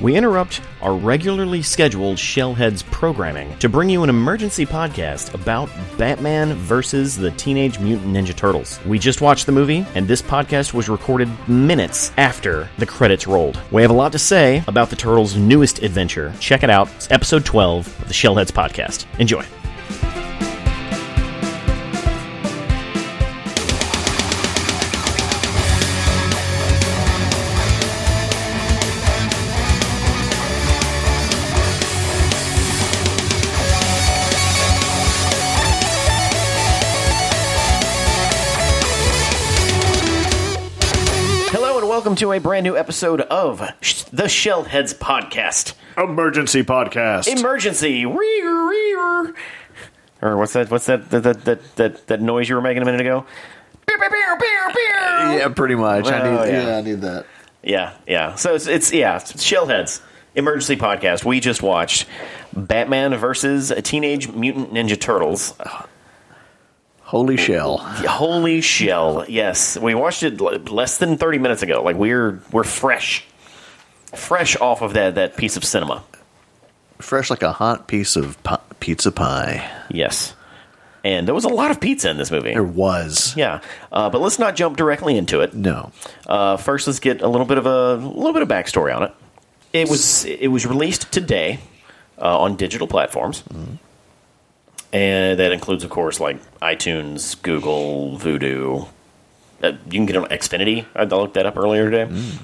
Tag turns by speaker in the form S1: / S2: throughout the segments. S1: we interrupt our regularly scheduled Shellheads programming to bring you an emergency podcast about Batman versus the Teenage Mutant Ninja Turtles. We just watched the movie, and this podcast was recorded minutes after the credits rolled. We have a lot to say about the Turtles' newest adventure. Check it out. It's episode 12 of the Shellheads podcast. Enjoy. Hello, and welcome to a brand new episode of Sh- the Shellheads podcast.
S2: Emergency podcast.
S1: Emergency! Rear, rear. Or what's that? What's that? That that that that, that noise you were making a minute ago? Beer, beer, beer, beer, beer.
S2: yeah, pretty much.
S1: Well,
S2: I need,
S1: yeah.
S2: yeah. I need that.
S1: Yeah, yeah. So it's, it's yeah, it's Shellheads emergency podcast. We just watched Batman versus Teenage Mutant Ninja Turtles.
S2: Holy shell!
S1: Holy shell! Yes, we watched it l- less than thirty minutes ago. Like we're we're fresh, fresh off of that that piece of cinema.
S2: Fresh like a hot piece of pi- pizza pie.
S1: Yes, and there was a lot of pizza in this movie.
S2: There was
S1: Yeah, uh, but let's not jump directly into it.
S2: no.
S1: Uh, first, let's get a little bit of a little bit of backstory on it. It was it was released today uh, on digital platforms, and that includes, of course, like iTunes, Google, Vudu. Uh, you can get it on Xfinity. I looked that up earlier today. You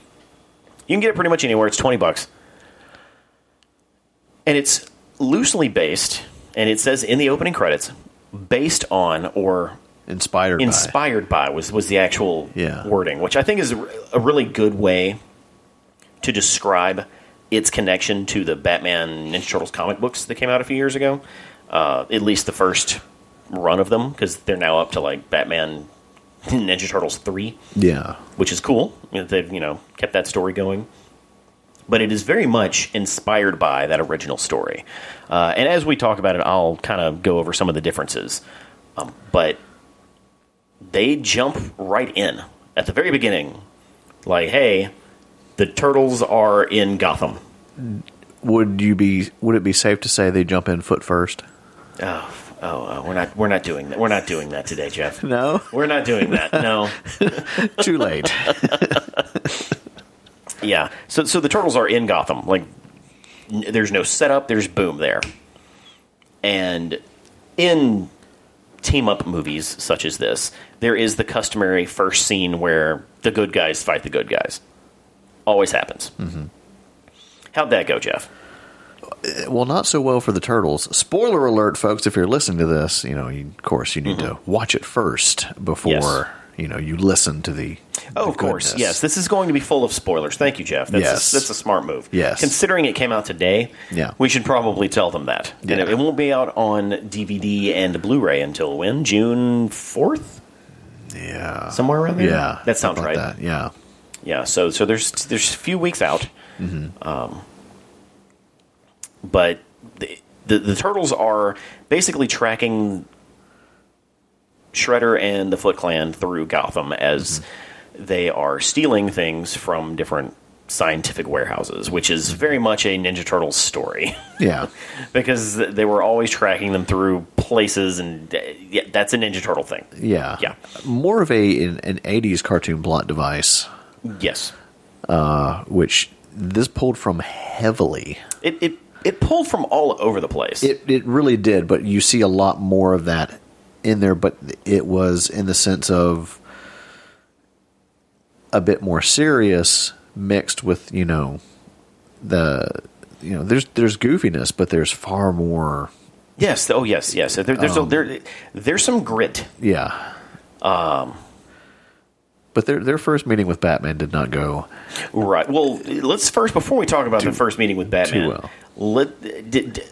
S1: can get it pretty much anywhere. It's twenty bucks, and it's loosely based. And it says in the opening credits, based on or
S2: Inspired. by.
S1: inspired by was was the actual
S2: Yeah.
S1: wording, which I think is a re- a really good way to describe its connection to the Batman Ninja Turtles comic books that came out a few years ago. Uh, at least the first run of them, because they're now up to like Batman Ninja Turtles three
S2: Yeah.
S1: which is cool. You know, They've you know kept that story going, but it is very much inspired by that original story. Uh, and as we talk about it, I'll kind of go over some of the differences. Um, but they jump right in at the very beginning, like, "Hey, the turtles are in Gotham."
S2: Would you be? Would it be safe to say they jump in foot first?
S1: Oh, oh, oh we're not we're not doing that. We're not doing that today, Jeff.
S2: No.
S1: We're not doing that. No.
S2: Too late.
S1: Yeah. So so the turtles are in Gotham. Like n- there's no setup, there's boom there. And in team up movies such as this, there is the customary first scene where the good guys fight the good guys. Always happens. How'd that go, Jeff?
S2: well, not so well for the turtles. Spoiler alert, folks! If you're listening to this, you know, you, of course, you need to watch it first before
S1: Mm-hmm. Yes.
S2: you know you listen to the.
S1: Oh,
S2: the
S1: of course.
S2: goodness.
S1: Yes, this is going to be full of spoilers. Thank you, Jeff. That's,
S2: Yes.
S1: a, that's a smart move.
S2: Yes.
S1: Considering it came out today,
S2: Yeah.
S1: we should probably tell them that. And
S2: Yeah.
S1: it, it won't be out on DVD and Blu ray until when? June 4th?
S2: Yeah.
S1: Somewhere around there?
S2: Yeah.
S1: That sounds
S2: about
S1: right.
S2: that, Yeah.
S1: Yeah, so so there's there's a few weeks out. Um, but the, the, the Turtles are basically tracking Shredder and the Foot Clan through Gotham as they are stealing things from different scientific warehouses, which is very much a Ninja Turtles story
S2: Yeah.
S1: because they were always tracking them through places, and uh, yeah, that's a Ninja Turtle thing.
S2: Yeah.
S1: Yeah.
S2: More of a an, an 80s cartoon plot device,
S1: Yes.
S2: which this pulled from heavily.
S1: It, it, it pulled from all over the place.
S2: It it really did, but you see a lot more of that in there, but it was in the sense of a bit more serious mixed with, you know, the you know, there's there's goofiness, but there's far more
S1: Yes. Oh, yes. Yes. There, there's a, there, there's some grit.
S2: yeah. Um but their their first meeting with Batman did not go
S1: Right. Well, let's first before we talk about the first meeting with Batman.
S2: well.
S1: Let did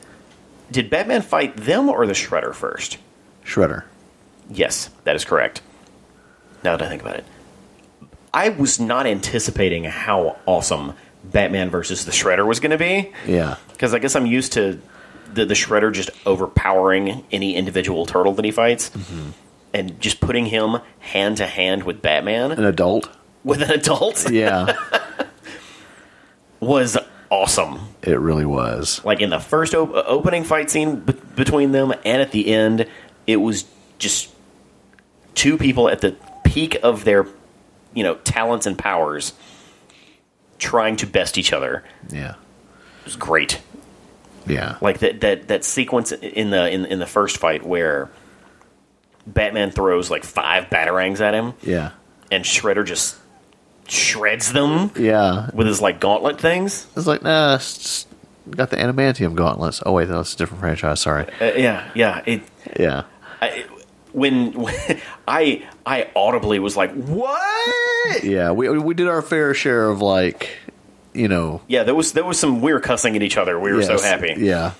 S1: did Batman fight them or the Shredder first?
S2: Shredder.
S1: Yes, that is correct. Now that I think about it, I was not anticipating how awesome Batman versus the Shredder was going to be.
S2: Yeah.
S1: Because I guess I'm used to the, the Shredder just overpowering any individual turtle that he fights, and just putting him hand to hand with Batman.
S2: An adult?
S1: with an adult
S2: Yeah.
S1: was awesome.
S2: It really was.
S1: Like in the first op- opening fight scene b- between them and at the end, it was just two people at the peak of their, you know, talents and powers trying to best each other.
S2: Yeah.
S1: It was great.
S2: Yeah.
S1: Like that that that sequence in the in, in the first fight where Batman throws like five batarangs at him
S2: yeah.
S1: and Shredder just shreds them
S2: Yeah.
S1: with his like gauntlet things.
S2: It's like, nah, it's it's got the Animantium gauntlets. Oh, wait, that's a different franchise. Sorry.
S1: Uh, yeah, yeah. It
S2: Yeah.
S1: I, when, when I I audibly was like, "What?"
S2: Yeah. We, we did our fair share of, like, you know.
S1: Yeah, there was there was some we were cussing at each other. We were so
S2: yes,
S1: happy. Yeah,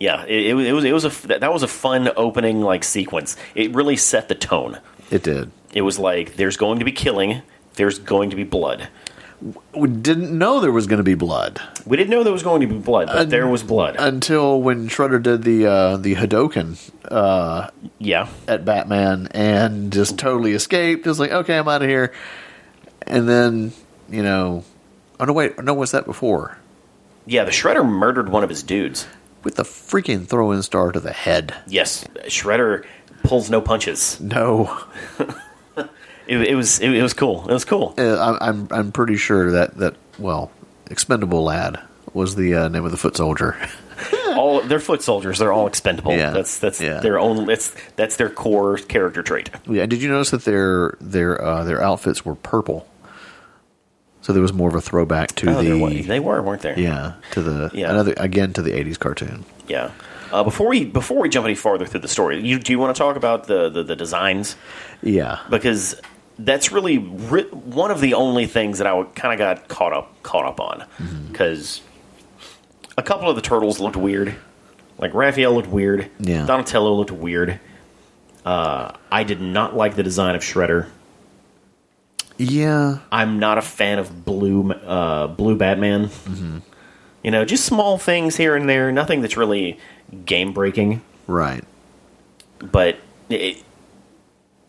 S2: Yeah.
S1: it, it was- it was it was a f- that that was a fun opening like sequence. It really set the tone.
S2: It did.
S1: It was like there's going to be killing, there's going to be blood.
S2: We didn't know there was going to be blood
S1: We didn't know there was going to be blood, but there was blood.
S2: uh, until when Shredder did the uh, the Hadoken
S1: yeah,
S2: at Batman and just totally escaped. It was like, okay, I'm out of here. And then, you know, oh no, wait, no, was that before?
S1: yeah. The Shredder murdered one of his dudes.
S2: With the freaking throw in star to the head.
S1: Yes, Shredder pulls no punches.
S2: No,
S1: It, it was it, it was cool. It was cool.
S2: Uh, I- I'm I'm pretty sure that that well, expendable lad was the uh, name of the foot soldier.
S1: all they're foot soldiers. They're all expendable.
S2: Yeah.
S1: That's that's
S2: Yeah.
S1: their own. That's that's their core character trait.
S2: yeah, did you notice that their their uh, their outfits were purple? So there was more of a throwback to
S1: Oh,
S2: the
S1: there was- they were, weren't there?
S2: yeah to the
S1: Yeah.
S2: another again to the 80s cartoon.
S1: Yeah. Uh, before we before we jump any farther through the story, you, do you want to talk about the, the, the designs
S2: Yeah,
S1: because that's really ri- one of the only things that I kind of got caught up caught up on
S2: Mm-hmm.
S1: because a couple of the turtles looked weird, like Raphael looked weird,
S2: Yeah.
S1: Donatello looked weird. Uh, I did not like the design of Shredder.
S2: yeah,
S1: I'm not a fan of blue uh, blue Batman. You know, just small things here and there, nothing that's really game breaking,
S2: right.
S1: but it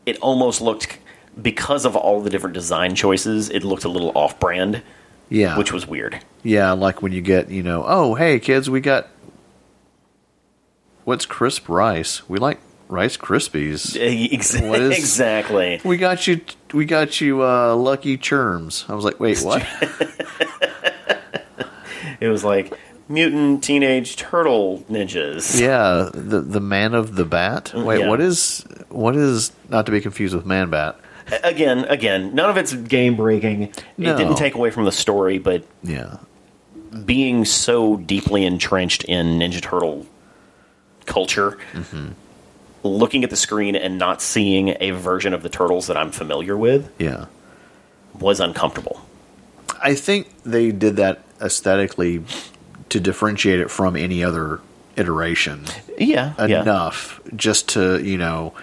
S1: it almost looked because of all the different design choices, it looked a little off brand,
S2: Yeah,
S1: which was weird.
S2: yeah, like when you get you know, oh hey kids, we got what's crisp rice? We like Rice Krispies.
S1: Ex-
S2: What is-
S1: exactly.
S2: We got you. We got you. Uh, lucky Charms. I was like, wait, what?
S1: It was like mutant teenage turtle ninjas.
S2: yeah, the the man of the bat. Wait,
S1: yeah.
S2: what is what is not to be confused with man bat?
S1: Again, again, none of it's game breaking. It
S2: No.
S1: didn't take away from the story, but
S2: Yeah,
S1: being so deeply entrenched in Ninja Turtle culture, looking at the screen and not seeing a version of the turtles that I'm familiar with
S2: yeah.
S1: was uncomfortable.
S2: I think they did that aesthetically to differentiate it from any other iteration
S1: Yeah,
S2: Uh, enough, just to you know.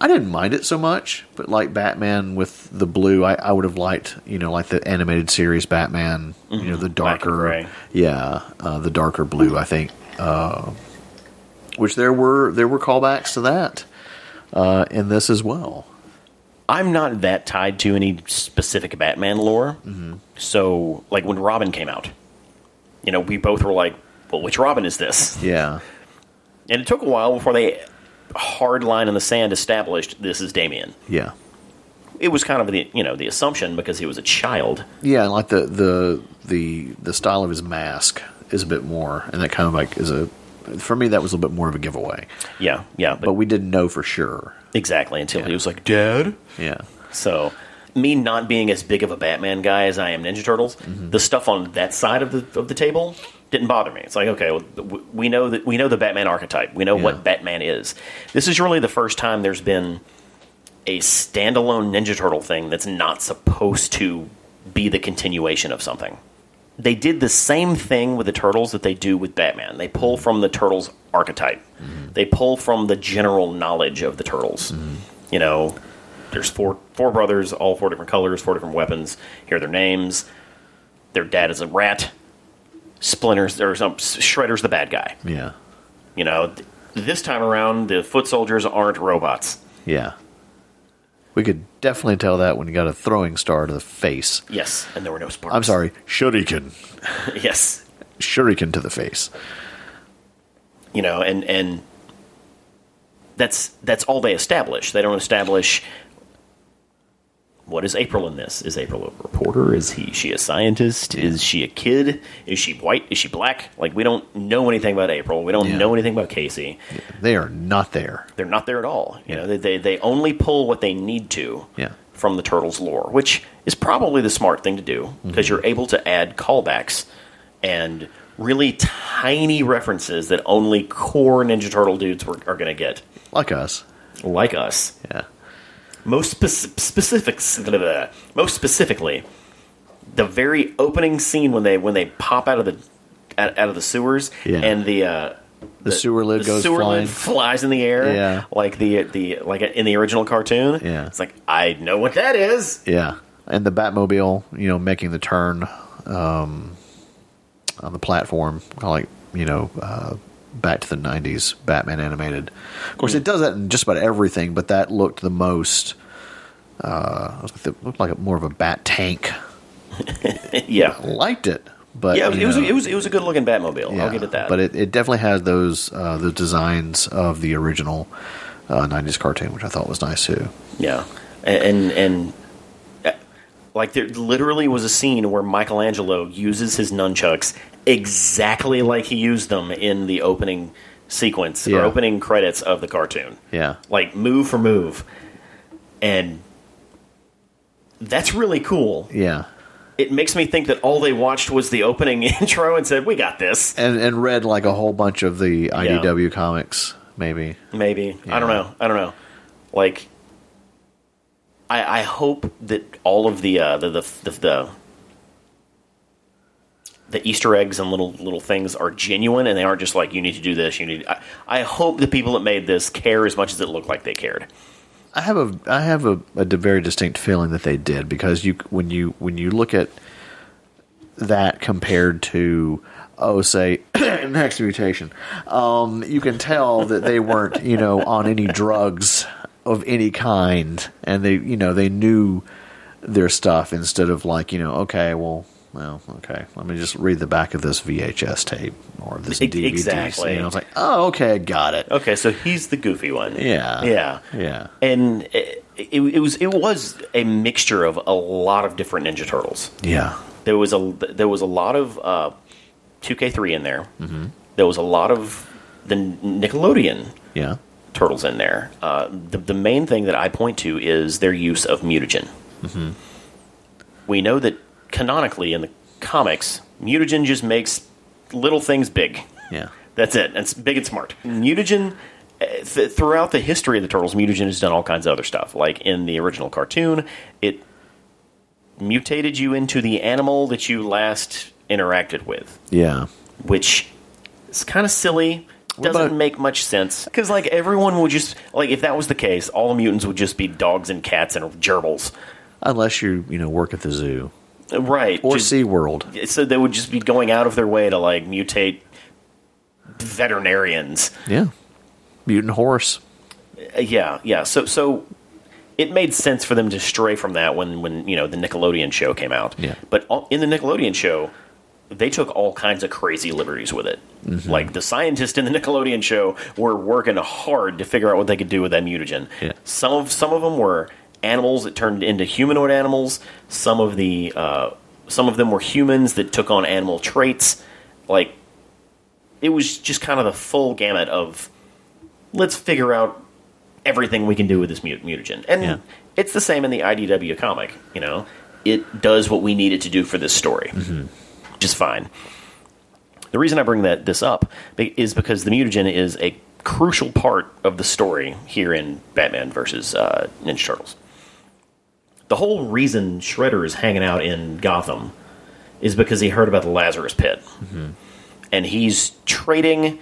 S2: I didn't mind it so much, but like Batman with the blue, I, I would have liked, you know, like the animated series Batman, you know, the
S1: Mm-hmm. Black and
S2: darker,
S1: gray.
S2: yeah, uh, the darker blue. I think, uh, which there were there were callbacks to that uh, in this as well.
S1: I'm not that tied to any specific Batman lore. So, like when Robin came out, you know, we both were like, "Well, which Robin is this?"
S2: Yeah,
S1: And it took a while before they hard line in the sand established this is Damien.
S2: yeah,
S1: It was kind of the you know the assumption because he was a child.
S2: yeah. And like the the the the style of his mask is a bit more, and that kind of like is a for me that was a little bit more of a giveaway,
S1: Yeah, yeah,
S2: but we didn't know for sure.
S1: Exactly, until he was like, Dad?
S2: Yeah,
S1: So, me not being as big of a Batman guy as I am Ninja Turtles, the stuff on that side of the, of the table didn't bother me. It's like, okay, well, w- we know that we know the Batman archetype. We know
S2: Yeah.
S1: what Batman is. This is really the first time there's been a standalone Ninja Turtle thing that's not supposed to be the continuation of something. They did the same thing with the Turtles that they do with Batman. They pull from the Turtles archetype. They pull from the general knowledge of the Turtles. You know, there's four four brothers, all four different colors, four different weapons. Here are their names. Their dad is a rat. Splinters or some Shredder's the bad guy.
S2: yeah,
S1: You know, Th- this time around the foot soldiers aren't robots
S2: yeah. We could definitely tell that when you got a throwing star to the face.
S1: Yes, and there were no sparks.
S2: I'm sorry, shuriken,
S1: yes,
S2: shuriken to the face.
S1: you know, and and that's that's all they establish. They don't establish what is April in this? Is April a reporter? Is he she a scientist? Is she a kid? Is she white? Is she black? Like we don't know anything about April. We don't
S2: Yeah.
S1: know anything about Casey.
S2: They are not there.
S1: They're not there at all. You know, they, they they only pull what they need to
S2: Yeah.
S1: from the turtles lore, which is probably the smart thing to do because
S2: Mm-hmm.
S1: you're able to add callbacks and really tiny references that only core Ninja Turtle dudes were, are going to get,
S2: Like us.
S1: like us.
S2: Yeah.
S1: Most spec- specifics, blah, blah, blah. most specifically, the very opening scene when they when they pop out of the out, out of the sewers
S2: Yeah.
S1: and the. Uh,
S2: The, sewer lid
S1: the
S2: goes
S1: sewer
S2: flying.
S1: lid flies in the air,
S2: Yeah.
S1: like the the like in the original cartoon.
S2: Yeah.
S1: it's like I know what that is.
S2: yeah. And the Batmobile, you know, making the turn um, on the platform, kind of like, you know, uh, back to the 90s Batman animated. Of course, it does that in just about everything, but that looked the most. Uh, it looked like a, more of a bat tank.
S1: yeah,
S2: Liked it, but
S1: yeah. It was, it
S2: you
S1: was
S2: know.
S1: it was it was a good looking Batmobile.
S2: Yeah,
S1: I'll give it that.
S2: But it, it definitely has those uh, the designs of the original uh, '90s cartoon, which I thought was nice too.
S1: yeah, and and, and uh, like there literally was a scene where Michelangelo uses his nunchucks exactly like he used them in the opening sequence
S2: Yeah.
S1: or opening credits of the cartoon.
S2: Yeah,
S1: like move for move, and that's really cool.
S2: yeah,
S1: It makes me think that all they watched was the opening intro and said, "We got this."
S2: and and read like a whole bunch of the IDW comics, maybe.
S1: Maybe I don't
S2: Yeah.
S1: know. I don't know. Like, I I hope that all of the uh, the, the the the the Easter eggs and little little things are genuine and they aren't just like you need to do this. You need. I, I hope the people that made this care as much as it looked like they cared.
S2: I have a I have a, a d- very distinct feeling that they did because you when you when you look at that compared to oh say next mutation, um, you can tell that they weren't you know on any drugs of any kind, and they you know they knew their stuff instead of like you know okay well. Well, okay. Let me just read the back of this VHS tape or this
S1: E-
S2: DVD.
S1: exactly.
S2: And I was like, oh, okay, got it.
S1: Okay, so he's the goofy one.
S2: Yeah.
S1: Yeah.
S2: Yeah.
S1: And it, it, it was it was a mixture of a lot of different Ninja Turtles.
S2: Yeah.
S1: there was a there was a lot of uh, two K three in there. Mm-hmm. There was a lot of the Nickelodeon
S2: Yeah.
S1: turtles in there. Uh, the, the main thing that I point to is their use of mutagen. Mm-hmm. We know that canonically in the comics, mutagen just makes little things big.
S2: Yeah.
S1: That's it. It's big and smart. Mutagen. uh, Th- throughout the history of the turtles, mutagen has done all kinds of other stuff. Like in the original cartoon, it mutated you into the animal that you last interacted with,
S2: Yeah.
S1: which is kind of silly. Doesn't
S2: about-
S1: make much sense because like everyone would just like if that was the case, all the mutants would just be dogs and cats and gerbils,
S2: unless you you know work at the zoo
S1: Uh, right?
S2: or
S1: Just-
S2: SeaWorld.
S1: so they would just be going out of their way to like mutate veterinarians.
S2: Yeah, mutant horse.
S1: Uh, yeah, yeah. So so it made sense for them to stray from that when when you know the Nickelodeon show came out.
S2: Yeah.
S1: But all, in the Nickelodeon show, they took all kinds of crazy liberties with it.
S2: Mm-hmm.
S1: Like the scientists in the Nickelodeon show were working hard to figure out what they could do with that mutagen.
S2: Yeah.
S1: Some of some of them were animals that turned into humanoid animals. Some of the uh, some of them were humans that took on animal traits. Like it was just kind of the full gamut of let's figure out everything we can do with this mut- mutagen. And
S2: Yeah.
S1: it's the same in the IDW comic, you know. It does what we need it to do for this story,
S2: Mm-hmm.
S1: which is fine. The reason I bring that this up be- is because the mutagen is a crucial part of the story here in Batman versus uh, Ninja Turtles. The whole reason Shredder is hanging out in Gotham is because he heard about the Lazarus Pit, and he's trading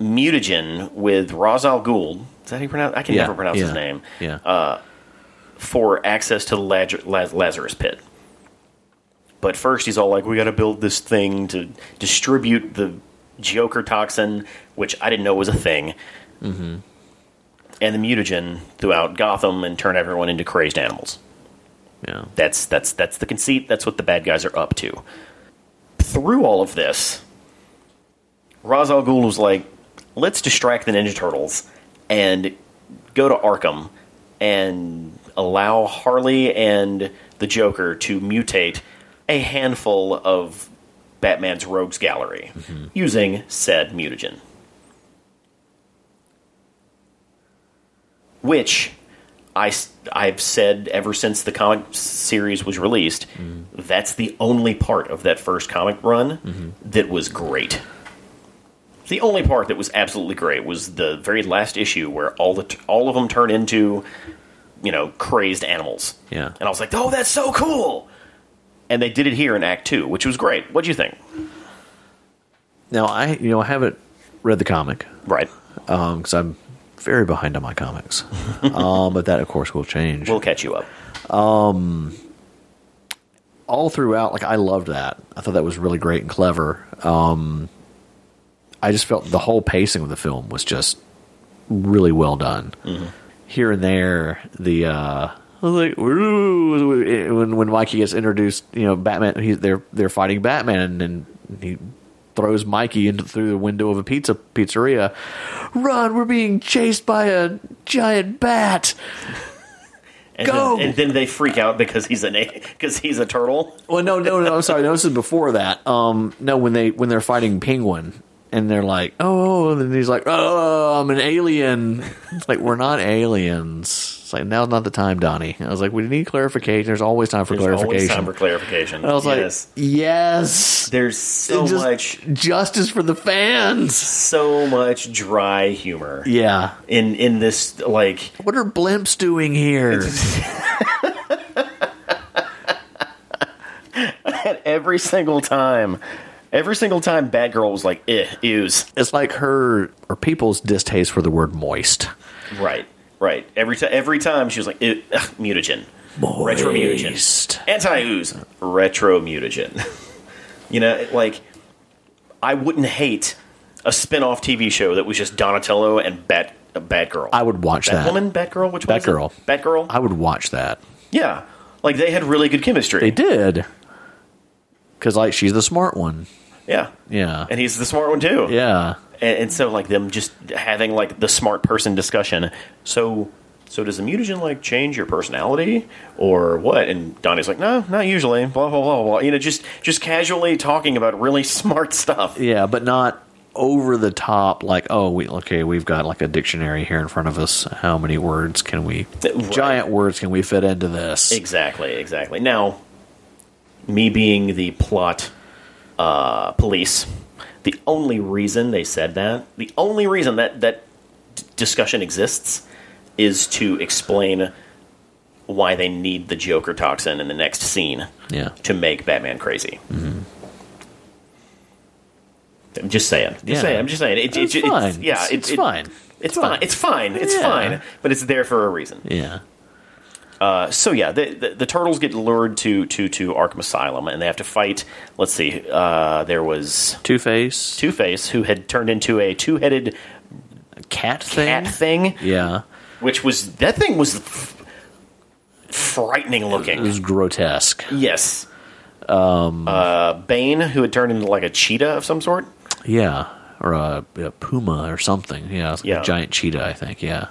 S1: mutagen with Ra's al Ghul. Is that how you pronounce? I can never pronounce his name Uh,
S2: Yeah,
S1: for access to the Laz- Laz- Lazarus pit. But first, he's all like, "We got to build this thing to distribute the Joker toxin, which I didn't know was a thing." Mm-hmm. and the mutagen throughout Gotham and turn everyone into crazed animals.
S2: Yeah.
S1: That's that's that's the conceit. That's what the bad guys are up to. Through all of this, Ra's al Ghul was like, "Let's distract the Ninja Turtles and go to Arkham and allow Harley and the Joker to mutate a handful of Batman's rogues gallery using said mutagen." Which I, have said ever since the comic series was released,
S2: Mm-hmm.
S1: that's the only part of that first comic run
S2: Mm-hmm.
S1: that was great. The only part that was absolutely great was the very last issue where all the t- all of them turn into, you know, crazed animals.
S2: Yeah.
S1: and I was like, "Oh, that's so cool!" And they did it here in Act Two, which was great. What do you think?
S2: Now I you know I haven't read the comic
S1: Right,
S2: because I'm very behind on my comics, um, but that of course will change.
S1: we'll catch you up.
S2: all throughout, like I loved that. I thought that was really great and clever. Um, I just felt the whole pacing of the film was just really well done. Here and there, the uh, I was like "Ooh," when when Mikey gets introduced, you know, Batman. He's they're they're fighting Batman, and he throws Mikey into through the window of a pizza pizzeria. Run! We're being chased by a giant bat.
S1: And
S2: Go!
S1: Then, and then they freak out because he's an because he's a turtle.
S2: Well, no, no, no. I'm sorry. No, this is before that. Um, no, when they when they're fighting Penguin and they're like, oh, and he's like, oh, I'm an alien. It's like we're not aliens. It's like now's not the time, Donnie. I was like, we need clarification. There's always time for
S1: There's
S2: clarification.
S1: Always time for clarification.
S2: and I was
S1: Yes.
S2: like, yes.
S1: there's so
S2: Just-
S1: much
S2: justice for the fans.
S1: so much dry humor
S2: Yeah.
S1: in in this like
S2: What are blimps doing here?
S1: every single time every single time batgirl was like eh ews
S2: it's like her or people's distaste for the word moist.
S1: right right every time every time she was like "Ew, ugh, mutagen
S2: Moist.
S1: Retromutation. anti-ooze retro mutagen you know it- like i wouldn't hate a spin-off tv show that was just donatello and bat uh, batgirl
S2: I would watch that.
S1: Batwoman, Batgirl, which one? was it?
S2: Batgirl.
S1: Batgirl.
S2: I would watch that.
S1: yeah, like they had really good chemistry.
S2: They did. Because, like, she's the smart one.
S1: Yeah,
S2: Yeah.
S1: and he's the smart one too.
S2: yeah.
S1: and, and so like them just having like the smart person discussion so so does the mutagen like change your personality or what and donnie's like no not usually blah blah blah blah you know just just casually talking about really smart stuff
S2: Yeah, but not over the top, like, oh, we okay, we've got like a dictionary here in front of us. How many words can we,
S1: Right.
S2: giant words can we fit into this?
S1: exactly exactly now me being the plot uh, police the only reason they said that the only reason that that d- discussion exists is to explain why they need the joker toxin in the next scene
S2: Yeah.
S1: to make Batman crazy.
S2: Mm-hmm.
S1: I'm just saying. Just
S2: Yeah.
S1: saying. I'm just saying. It,
S2: It's
S1: it, it-
S2: fine.
S1: It's, yeah,
S2: It's-
S1: it's,
S2: it's
S1: it-
S2: fine.
S1: It's fine. It's fine. It's
S2: Yeah.
S1: fine. But it's there for a reason.
S2: Yeah.
S1: Uh, so yeah, the, the, the turtles get lured to to to Arkham Asylum, and they have to fight. Let's see. Uh, there was
S2: Two Face,
S1: Two Face, who had turned into a two headed
S2: cat thing.
S1: cat thing,
S2: Yeah.
S1: which was that thing was f- frightening
S2: It
S1: looking.
S2: was grotesque.
S1: Yes. Um, uh, Bane, who had turned into like a cheetah of some sort.
S2: Yeah. Or a, a puma or something. Yeah. It was like
S1: Yeah.
S2: a giant cheetah, I think. Yeah.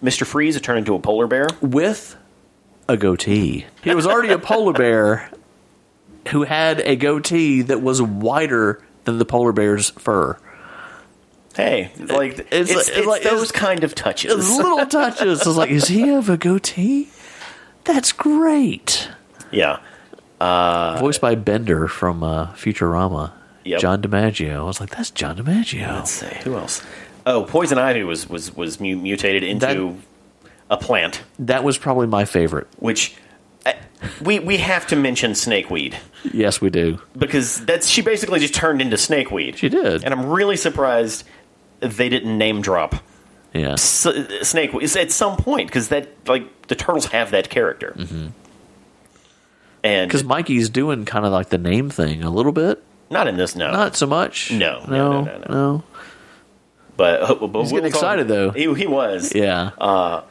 S1: Mr. Freeze had turned into a polar bear.
S2: with a goatee. He was already a polar bear who had a goatee that was wider than the polar bear's fur.
S1: Hey, like
S2: It's
S1: it's,
S2: like-
S1: it's,
S2: it's like-
S1: those
S2: it's-
S1: kind of touches.
S2: Little touches. I was like, is he have a goatee? That's great.
S1: yeah,
S2: Voiced by Bender from uh,
S1: Uh,
S2: Futurama.
S1: Yep.
S2: John DiMaggio. I was like, that's John
S1: let's
S2: DiMaggio.
S1: see who else. Oh, poison ivy was was was mu- mutated into a plant,
S2: That was probably my favorite.
S1: which I, we we have to mention snakeweed
S2: Yes, we do.
S1: because that's she basically just turned into snakeweed.
S2: She did.
S1: and I'm really surprised they didn't name drop
S2: Yeah.
S1: S- uh, snakeweed at some point because that like the turtles have that character.
S2: Mm-hmm.
S1: And
S2: Because Mikey's doing kind of like the name thing a little bit.
S1: not in this, no,
S2: Not so much.
S1: No, no, no, no, no.
S2: no.
S1: But, uh, but
S2: He's getting excited, though.
S1: He, he was.
S2: Yeah.
S1: Uh,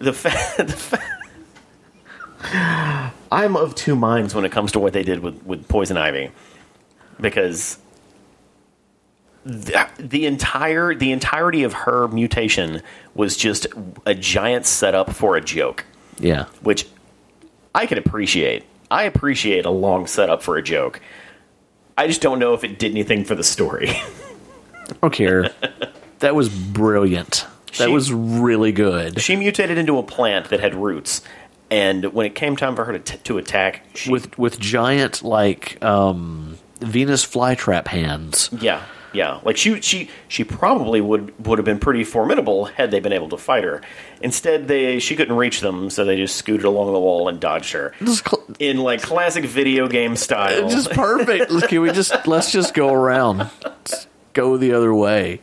S1: The fact. The fa- I'm of two minds when it comes to what they did with, with Poison Ivy, because the, the entire the entirety of her mutation was just a giant setup for a joke
S2: yeah.
S1: which I can appreciate. I appreciate a long setup for a joke. I just don't know if it did anything for the story.
S2: I don't care. that was brilliant. That
S1: She-
S2: was really good.
S1: she mutated into a plant that had roots, and when it came time for her to, t- to attack, she,
S2: With with giant like um Venus flytrap hands.
S1: yeah, yeah, like she she she probably would would have been pretty formidable had they been able to fight her. Instead, they she couldn't reach them, so they just scooted along the wall and dodged her
S2: This is cl-
S1: in like classic video game style.
S2: It's just perfect. Can we just let's just go around, Let's go the other way?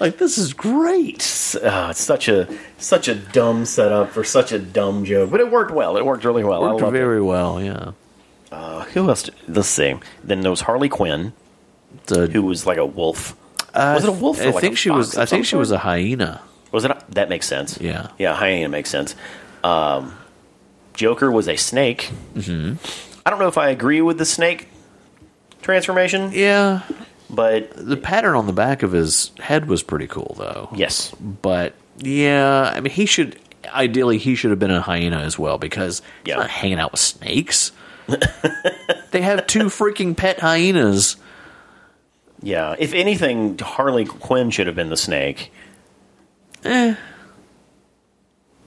S2: Like this is great.
S1: Oh, it's such a such a dumb setup for such a dumb joke, but it worked well. It worked really well.
S2: Worked
S1: I love it.
S2: very well. Yeah.
S1: Uh, who else? did- Let's see. Then there was Harley Quinn,
S2: The- Uh,
S1: who was like a wolf. was it a wolf? Or
S2: I
S1: like
S2: think
S1: a
S2: she
S1: fox
S2: was.
S1: of
S2: I think
S1: some
S2: she was
S1: sort?
S2: a hyena.
S1: was it? A, that makes sense.
S2: Yeah.
S1: Yeah. Hyena makes sense. Um, Joker was a snake. Mm-hmm. I don't know if I agree with the snake transformation,
S2: Yeah.
S1: but
S2: The pattern on the back of his head was pretty cool, though.
S1: yes,
S2: But yeah, I mean, he should ideally he should have been a hyena as well because he's
S1: Yeah.
S2: not hanging out with snakes. they have two freaking pet hyenas.
S1: yeah. If anything, Harley Quinn should have been the snake. Eh.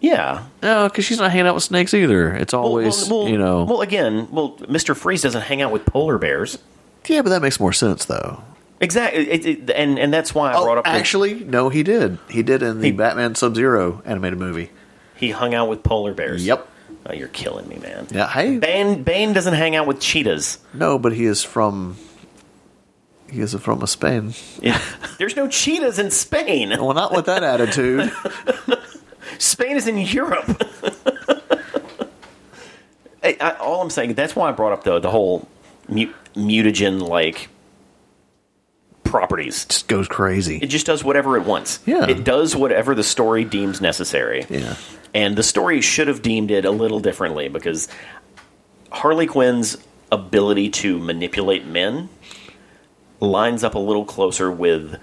S1: Yeah.
S2: No, because she's not hanging out with snakes either. It's always you know.
S1: Well, again, well, Mister Freeze doesn't hang out with polar bears.
S2: yeah, but that makes more sense though.
S1: Exactly, it, it, and and that's why I brought
S2: Oh,
S1: up. the-
S2: actually, no, he did. He did in the
S1: He-
S2: Batman Sub Zero animated movie.
S1: he hung out with polar bears.
S2: Yep.
S1: Oh, you're killing me, man.
S2: Yeah, hey,
S1: Bane Bane doesn't hang out with cheetahs.
S2: no, but he is from. He is from Spain.
S1: It- there's no cheetahs in Spain.
S2: Well, not with that attitude.
S1: Spain is in Europe. I, I, all I'm saying, that's why I brought up the the whole mu- mutagen like properties.
S2: Just goes
S1: It
S2: crazy.
S1: just does whatever it wants.
S2: Yeah.
S1: It does whatever the story deems necessary.
S2: Yeah.
S1: And the story should have deemed it a little differently because Harley Quinn's ability to manipulate men lines up a little closer with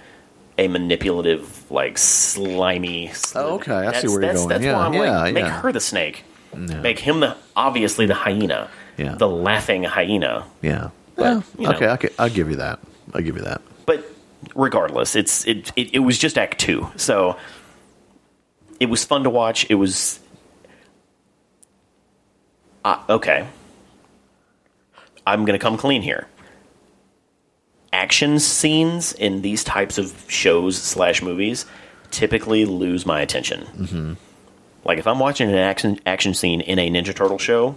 S1: a manipulative, like slimy.
S2: Oh, okay. I see
S1: That's-
S2: where you're
S1: that's,
S2: going.
S1: That's
S2: Yeah,
S1: why I'm
S2: yeah,
S1: like, make
S2: yeah.
S1: her the snake. Make him the obviously the hyena.
S2: Yeah.
S1: The laughing hyena.
S2: Yeah.
S1: But,
S2: Yeah.
S1: you know.
S2: okay, okay, I'll give you that. I'll give you that.
S1: but regardless, it's it, it it was just Act Two, so it was fun to watch. It was uh, okay. I'm gonna come clean here. Action scenes in these types of shows slash movies typically lose my attention. Like if I'm watching an action action scene in a Ninja Turtle show,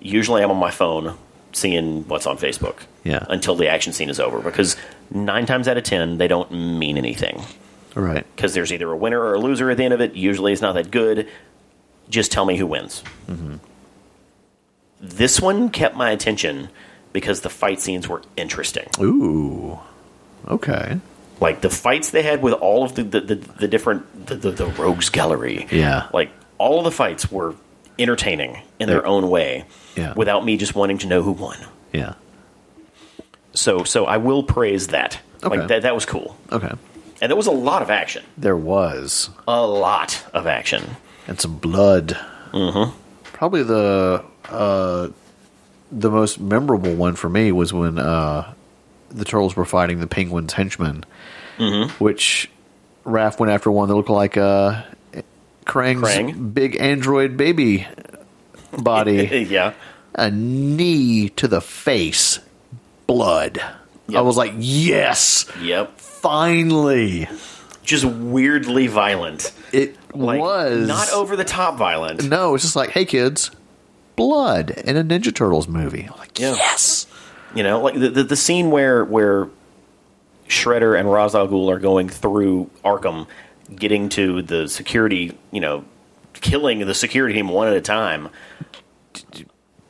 S1: usually I'm on my phone seeing what's on Facebook.
S2: Yeah.
S1: Until the action scene is over, because nine times out of ten they don't mean anything.
S2: All right.
S1: Because there's either a winner or a loser at the end of it. Usually it's not that good. Just tell me who wins.
S2: Mm-hmm.
S1: This one kept my attention because the fight scenes were interesting.
S2: Ooh. Okay.
S1: Like the fights they had with all of the the, the, the different the, the, the rogues gallery.
S2: Yeah.
S1: Like all of the fights were entertaining in their
S2: Yeah.
S1: own way.
S2: Yeah.
S1: Without me just wanting to know who won.
S2: Yeah.
S1: So so I will praise that.
S2: Okay.
S1: Like that that was cool.
S2: Okay.
S1: And there was a lot of action.
S2: There was
S1: A lot of action.
S2: and some blood. Mm-hmm. Probably the uh, the most memorable one for me was when uh, the turtles were fighting the penguins' henchmen,
S1: Mm-hmm.
S2: which Raph went after one that looked like uh, Krang's
S1: Krang.
S2: big android baby body,
S1: yeah.
S2: a knee to the face, blood. I
S1: Yep.
S2: was like, yes,
S1: Yep.
S2: finally.
S1: Just weirdly violent.
S2: It
S1: Like,
S2: was
S1: not over the top violent.
S2: No, it's just like, hey kids, blood in a Ninja Turtles movie. I'm like,
S1: Yeah.
S2: yes.
S1: You know, like the, the the scene where where Shredder and Ra's al Ghul are going through Arkham, getting to the security. You know, killing the security team one at a time.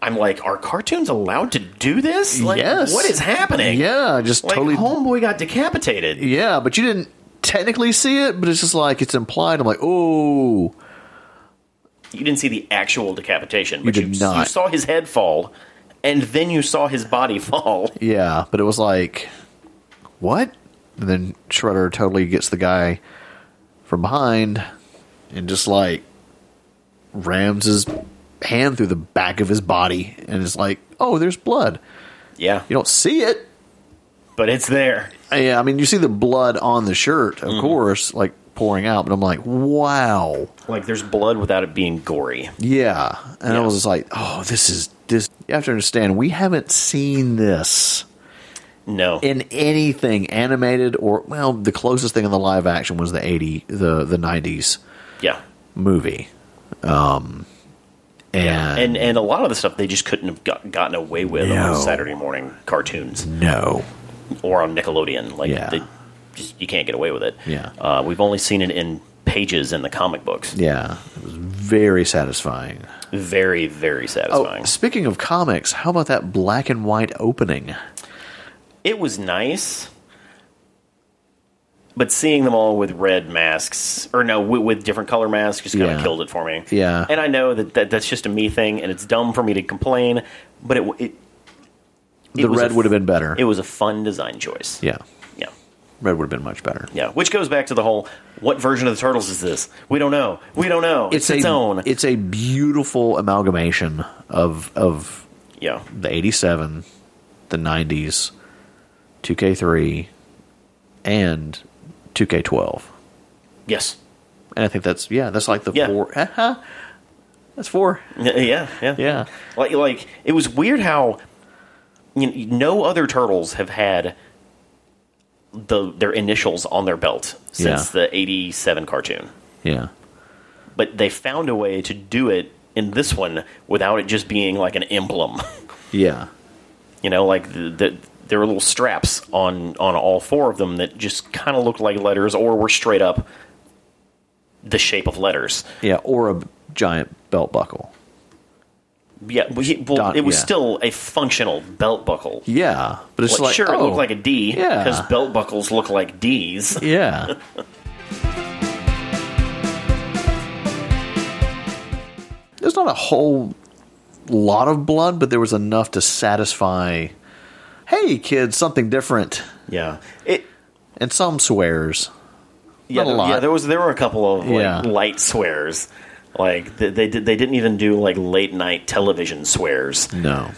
S1: I'm like, are cartoons allowed to do this? Like,
S2: Yes.
S1: What is happening?
S2: Yeah, just
S1: Like,
S2: totally.
S1: Homeboy got decapitated.
S2: Yeah, but you didn't technically see it, but it's just like it's implied. I'm like, oh,
S1: You didn't see the actual decapitation, but
S2: You
S1: you,
S2: did
S1: you
S2: not.
S1: saw his head fall, and then you saw his body fall.
S2: yeah. But it was like, what? And then Shredder totally gets the guy from behind and just like rams his hand through the back of his body, and it's like, oh, there's blood.
S1: Yeah.
S2: You don't see it.
S1: But it's there.
S2: Yeah, I mean, you see the blood on the shirt, of course, like pouring out. But I'm like, wow.
S1: Like, there's blood without it being gory.
S2: Yeah. And I
S1: Yeah.
S2: was just like, oh, this is this. You have to understand, we haven't seen this
S1: No.
S2: in anything animated or well, the closest thing in the live action was the eighty, the the nineties
S1: yeah.
S2: movie. Um, and,
S1: And and a lot of the stuff they just couldn't have got, gotten away with
S2: No.
S1: on Saturday morning cartoons
S2: no,
S1: or on Nickelodeon. Like,
S2: Yeah.
S1: they just you can't get away with it.
S2: Yeah.
S1: Uh, we've only seen it in pages in the comic books.
S2: yeah, it was very satisfying.
S1: Very, very satisfying.
S2: Oh, speaking of comics, how about that black and white opening?
S1: It was nice, but seeing them all with red masks or no, with, with different color masks just kind of
S2: Yeah.
S1: killed it for me.
S2: Yeah.
S1: and I know that, that that's just a me thing, and it's dumb for me to complain, but it it, it
S2: the
S1: was
S2: red
S1: a-
S2: would have been better.
S1: It was a fun design choice.
S2: yeah,
S1: yeah,
S2: red would have been much better.
S1: yeah. Which goes back to the whole: what version of the turtles is this? We don't know. We don't know. It's, its
S2: a,
S1: own.
S2: It's a beautiful amalgamation of of
S1: yeah,
S2: the '87, the '90s, 2K3, and 2K12.
S1: yes,
S2: And I think that's yeah, that's like the
S1: Yeah.
S2: four. that's four.
S1: yeah, yeah, yeah.
S2: Yeah,
S1: Like, like it was weird how you know, no other turtles have had the their initials on their belt since
S2: Yeah.
S1: the '87 cartoon,
S2: yeah,
S1: but they found a way to do it in this one without it just being like an emblem.
S2: yeah,
S1: you know, like the, the there were little straps on on all four of them that just kind of looked like letters or were straight up the shape of letters.
S2: yeah. Or a giant belt buckle.
S1: Yeah, well, he- well,
S2: Dot-
S1: it was
S2: yeah.
S1: still a functional belt buckle.
S2: Yeah, but it's
S1: Like,
S2: like
S1: sure, it
S2: oh,
S1: looked like a D
S2: yeah.
S1: because belt buckles look like D's.
S2: yeah. There's not a whole lot of blood, but there was enough to satisfy. Hey, kids, something different,
S1: Yeah, it.
S2: and some swears.
S1: Yeah,
S2: Not a
S1: there-
S2: lot.
S1: yeah, there was there were a couple of like,
S2: Yeah.
S1: light swears. Like they, they did, they didn't even do like late night television swears.
S2: No,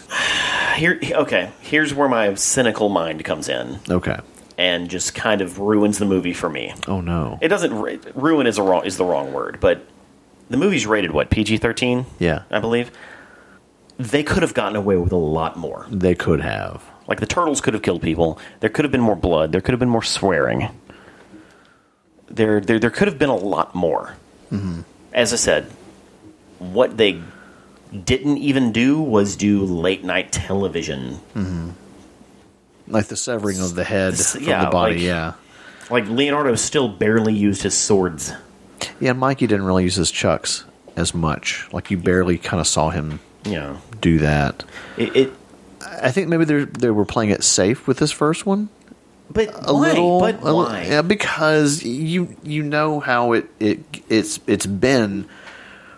S1: Here, okay, here's where my cynical mind comes in
S2: okay.
S1: and just kind of ruins the movie for me.
S2: Oh no.
S1: It doesn't ru- ruin is a wrong is the wrong word, but the movie's rated what PG thirteen.
S2: Yeah.
S1: I believe they could have gotten away with a lot more.
S2: they could have.
S1: Like the turtles could have killed people. There could have been more blood. There could have been more swearing. There, there, there could have been a lot more. As I said, what they didn't even do was do late night television.
S2: Like the severing of the head
S1: S-
S2: from
S1: yeah,
S2: the body.
S1: like-
S2: yeah.
S1: Like Leonardo still barely used his swords.
S2: Yeah, and Mikey didn't really use his chucks as much. Like you barely kind of saw him
S1: Yeah,
S2: do that.
S1: it. it
S2: I think maybe they they were playing it safe with this first one.
S1: but
S2: a
S1: why?
S2: little,
S1: but
S2: a li-
S1: why?
S2: yeah, because you you know how it, it it's it's been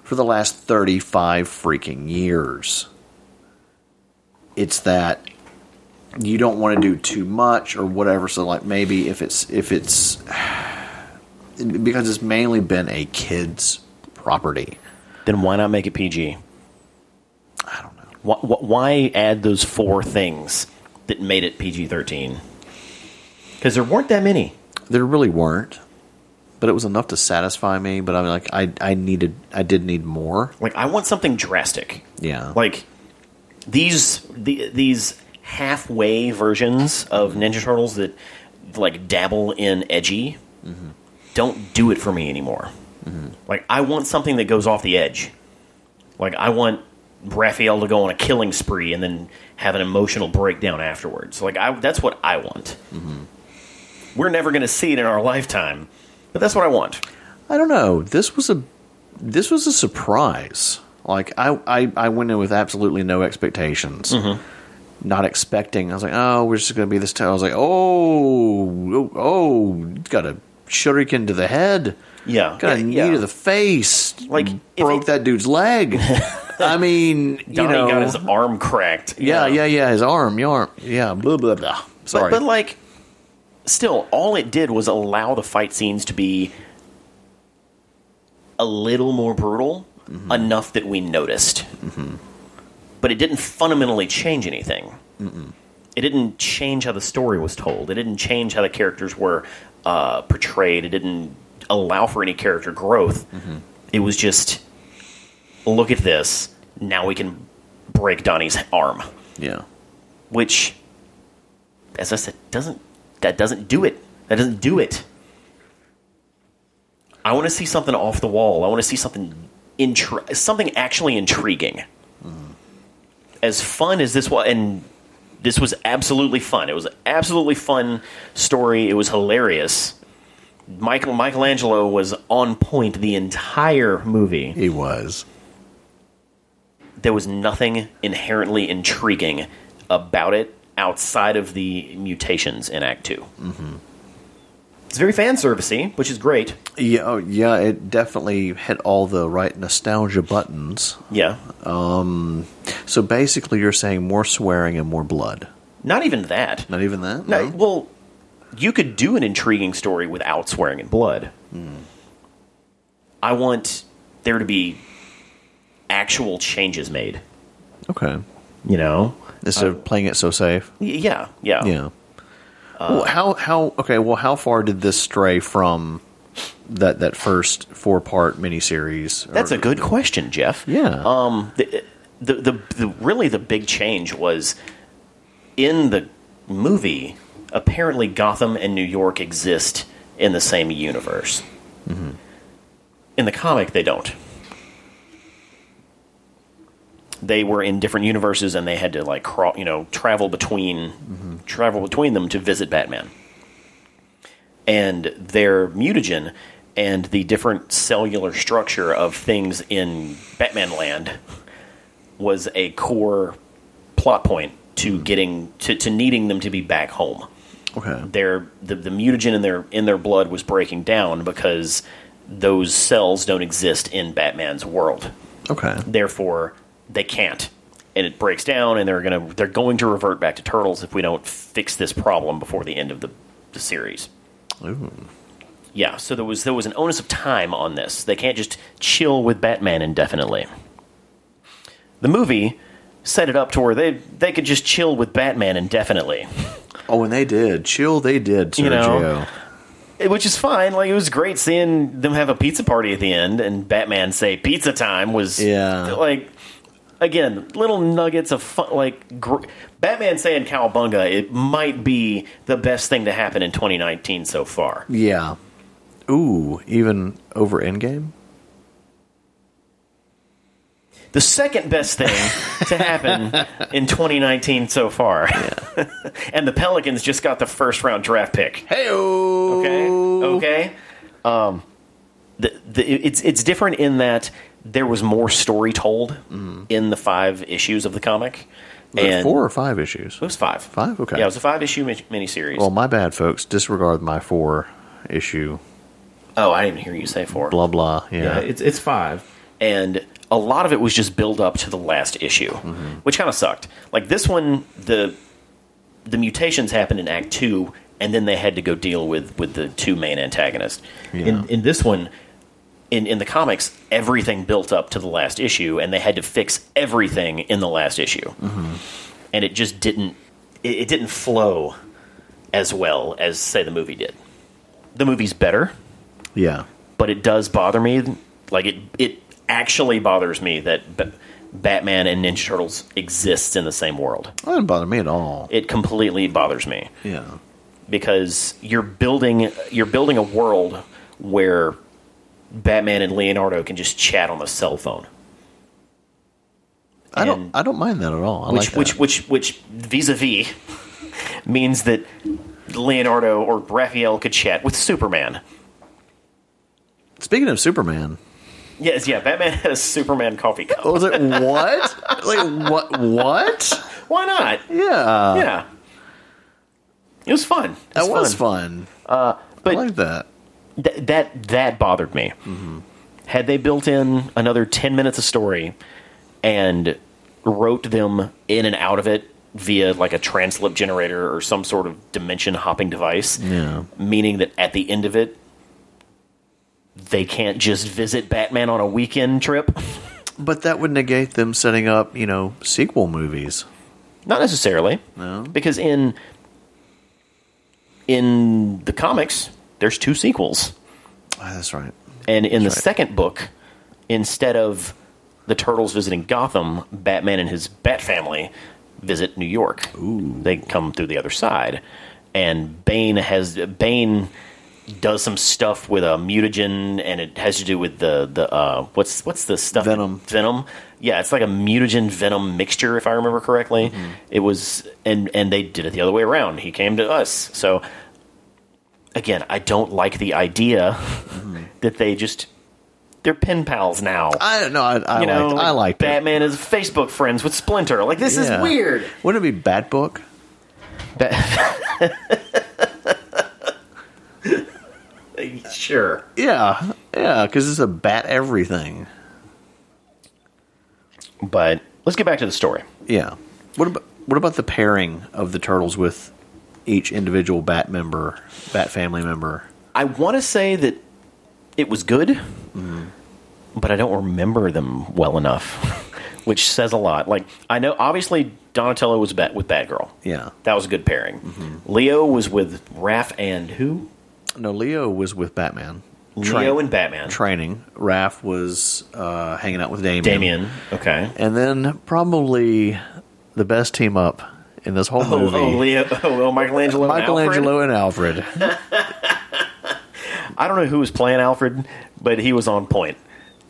S2: for the last 35 freaking years. It's that you don't want to do too much or whatever so like maybe if it's if it's because it's mainly been a kids property.
S1: Then why not make it PG?
S2: I don't know.
S1: Why, why add those four things that made it PG thirteen? Because there weren't that many.
S2: There really weren't but it was enough to satisfy me, but I'm like I I needed I did need more.
S1: Like I want something drastic.
S2: Yeah.
S1: Like these the, these halfway versions of Ninja Turtles that like dabble in edgy don't do it for me anymore. Like I want something that goes off the edge. Like I want Raphael to go on a killing spree and then have an emotional breakdown afterwards. Like I that's what I want. We're never going to see it in our lifetime, but that's what I want.
S2: I don't know. This was a this was a surprise. Like I, I, I went in with absolutely no expectations,
S1: Mm-hmm.
S2: not expecting. I was like, oh, we're just going to be this. T-. I was like, oh, oh, oh, got a shuriken to the head.
S1: Yeah.
S2: got a knee
S1: Yeah.
S2: to the face.
S1: Like, if
S2: broke
S1: it-
S2: that dude's leg. I mean, you
S1: Donnie
S2: know,
S1: got his arm cracked.
S2: yeah, yeah, yeah, his arm, your arm, yeah, blah blah blah. Sorry,
S1: But, but like, still, all it did was allow the fight scenes to be a little more brutal enough that we noticed. But it didn't fundamentally change anything. It didn't change how the story was told. It didn't change how the characters were uh, portrayed. It didn't allow for any character growth. It was just, look at this. Now we can break Donnie's arm
S2: yeah,
S1: which as i said doesn't that doesn't do it that doesn't do it i want to see something off the wall i want to see something intri- something actually intriguing as fun as this was and this was absolutely fun it was an absolutely fun story it was hilarious michael michelangelo was on point the entire movie
S2: he was.
S1: there was nothing inherently intriguing about it outside of the mutations in Act 2 Mm-hmm. It's very fan servicey, which is great.
S2: Yeah, oh, yeah, it definitely hit all the right nostalgia buttons.
S1: Yeah.
S2: So basically, you're saying more swearing and more blood.
S1: Not even that.
S2: Not even that.
S1: No, well, you could do an intriguing story without swearing in blood. I want there to be actual changes made.
S2: Okay.
S1: You know?
S2: Instead of playing it so safe.
S1: Y- Yeah, yeah.
S2: Yeah. well, how how okay? Well, how far did this stray from that that first four part miniseries? or-
S1: That's a good question, Jeff.
S2: Yeah.
S1: Um, the, the, the, the really the big change was in the movie. Apparently, Gotham and New York exist in the same universe.
S2: Mm-hmm.
S1: In the comic, they don't. They were in different universes, and they had to like crawl, you know, travel between
S2: Mm-hmm.
S1: travel between them to visit Batman and their mutagen and the different cellular structure of things in Batman Land was a core plot point to getting to, to needing them to be back home.
S2: okay.
S1: Their the, the mutagen in their in their blood was breaking down because those cells don't exist in Batman's world.
S2: Okay.
S1: Therefore, they can't. And it breaks down and they're going to they're going to revert back to turtles if we don't fix this problem before the end of the, the series.
S2: Ooh.
S1: Yeah, so there was there was an onus of time on this. They can't just chill with Batman indefinitely. The movie set it up to where they they could just chill with Batman indefinitely,
S2: Oh, and they did chill. They did, Sergio.
S1: You know, Eh, which is fine. Like it was great seeing them have a pizza party at the end, and Batman say "pizza time" was
S2: Yeah.
S1: like. Again, little nuggets of fun, like gr- Batman saying "Cowabunga." It might be the best thing to happen in 2019 so far.
S2: yeah. Ooh, even over Endgame.
S1: the second best thing to happen in 2019 so far. and the Pelicans just got the first round draft pick.
S2: Hey.
S1: Okay.
S2: Okay.
S1: Okay. Um, the, the, it's it's different in that there was more story told in the five issues of the comic. And
S2: Mm. four or five issues.
S1: It was five.
S2: Five? Okay.
S1: Yeah, it was a five issue mi- miniseries.
S2: Well, my bad, folks. Disregard my four issue.
S1: oh, I didn't hear you say four.
S2: Blah blah.
S1: Yeah,
S2: Yeah.
S1: it's it's five, and a lot of it was just build up to the last issue, which kind of sucked. Like this one, the the mutations happened in Act Two, and then they had to go deal with with the two main antagonists.
S2: Yeah.
S1: In in this one. In, in the comics, everything built up to the last issue, and they had to fix everything in the last issue, and it just didn't it, it didn't flow as well as say the movie did. The movie's better,
S2: yeah.
S1: but it does bother me. Like it, it actually bothers me that B- Batman and Ninja Turtles exists in the same world.
S2: That didn't bother me at all.
S1: It completely bothers me
S2: yeah.
S1: because you're building you're building a world where Batman and Leonardo can just chat on the cell phone.
S2: I don't.
S1: And-
S2: I don't mind that at all. I
S1: which
S2: like that.
S1: which which which vis-a-vis means that Leonardo or Raphael could chat with Superman.
S2: Speaking of Superman,
S1: Yes, yeah. Batman had a Superman coffee cup.
S2: I was like, what? like what? What?
S1: Why not?
S2: Uh, Yeah,
S1: yeah. It was fun. It
S2: that was fun.
S1: But
S2: I like that.
S1: th- that that bothered me.
S2: Mm-hmm.
S1: Had they built in another ten minutes of story and wrote them in and out of it via like a translip generator or some sort of dimension hopping device,
S2: Yeah.
S1: meaning that at the end of it, they can't just visit Batman on a weekend trip.
S2: But that would negate them setting up, you know, sequel movies.
S1: Not necessarily. No. Because in in the comics, there's two sequels.
S2: Ah, that's right.
S1: And in the second book, instead of the turtles visiting Gotham, Batman and his Bat family visit New York. They come through the other side, and Bane has Bane does some stuff with a mutagen, and it has to do with the the uh, what's what's the stuff
S2: Venom.
S1: venom. Yeah, it's like a mutagen venom mixture, if I remember correctly. It was, and and they did it the other way around. He came to us, so again, I don't like the idea that they just they're pen pals now.
S2: I don't know. I, I
S1: you know,
S2: liked, I liked it.
S1: Batman is Facebook friends with Splinter. Like this
S2: Yeah.
S1: is weird.
S2: Wouldn't it be Bat Book?
S1: sure.
S2: Yeah, yeah, because it's a bat everything.
S1: But let's get back to the story.
S2: Yeah. What about what about the pairing of the turtles with each individual bat member, bat family member?
S1: I want to say that it was good, but I don't remember them well enough, which says a lot. Like I know obviously Donatello was bat with Batgirl.
S2: Yeah.
S1: That was a good pairing.
S2: Mm-hmm.
S1: Leo was with Raph and who?
S2: No, Leo was with Batman.
S1: Leo and Batman.
S2: training. Raph was uh, hanging out with Damien.
S1: Damien. Okay.
S2: And then probably the best team up in this whole
S1: Oh,
S2: movie.
S1: oh, Leo, oh, oh, Michelangelo. and
S2: Michelangelo
S1: Alfred.
S2: and Alfred.
S1: I don't know who was playing Alfred, but he was on point.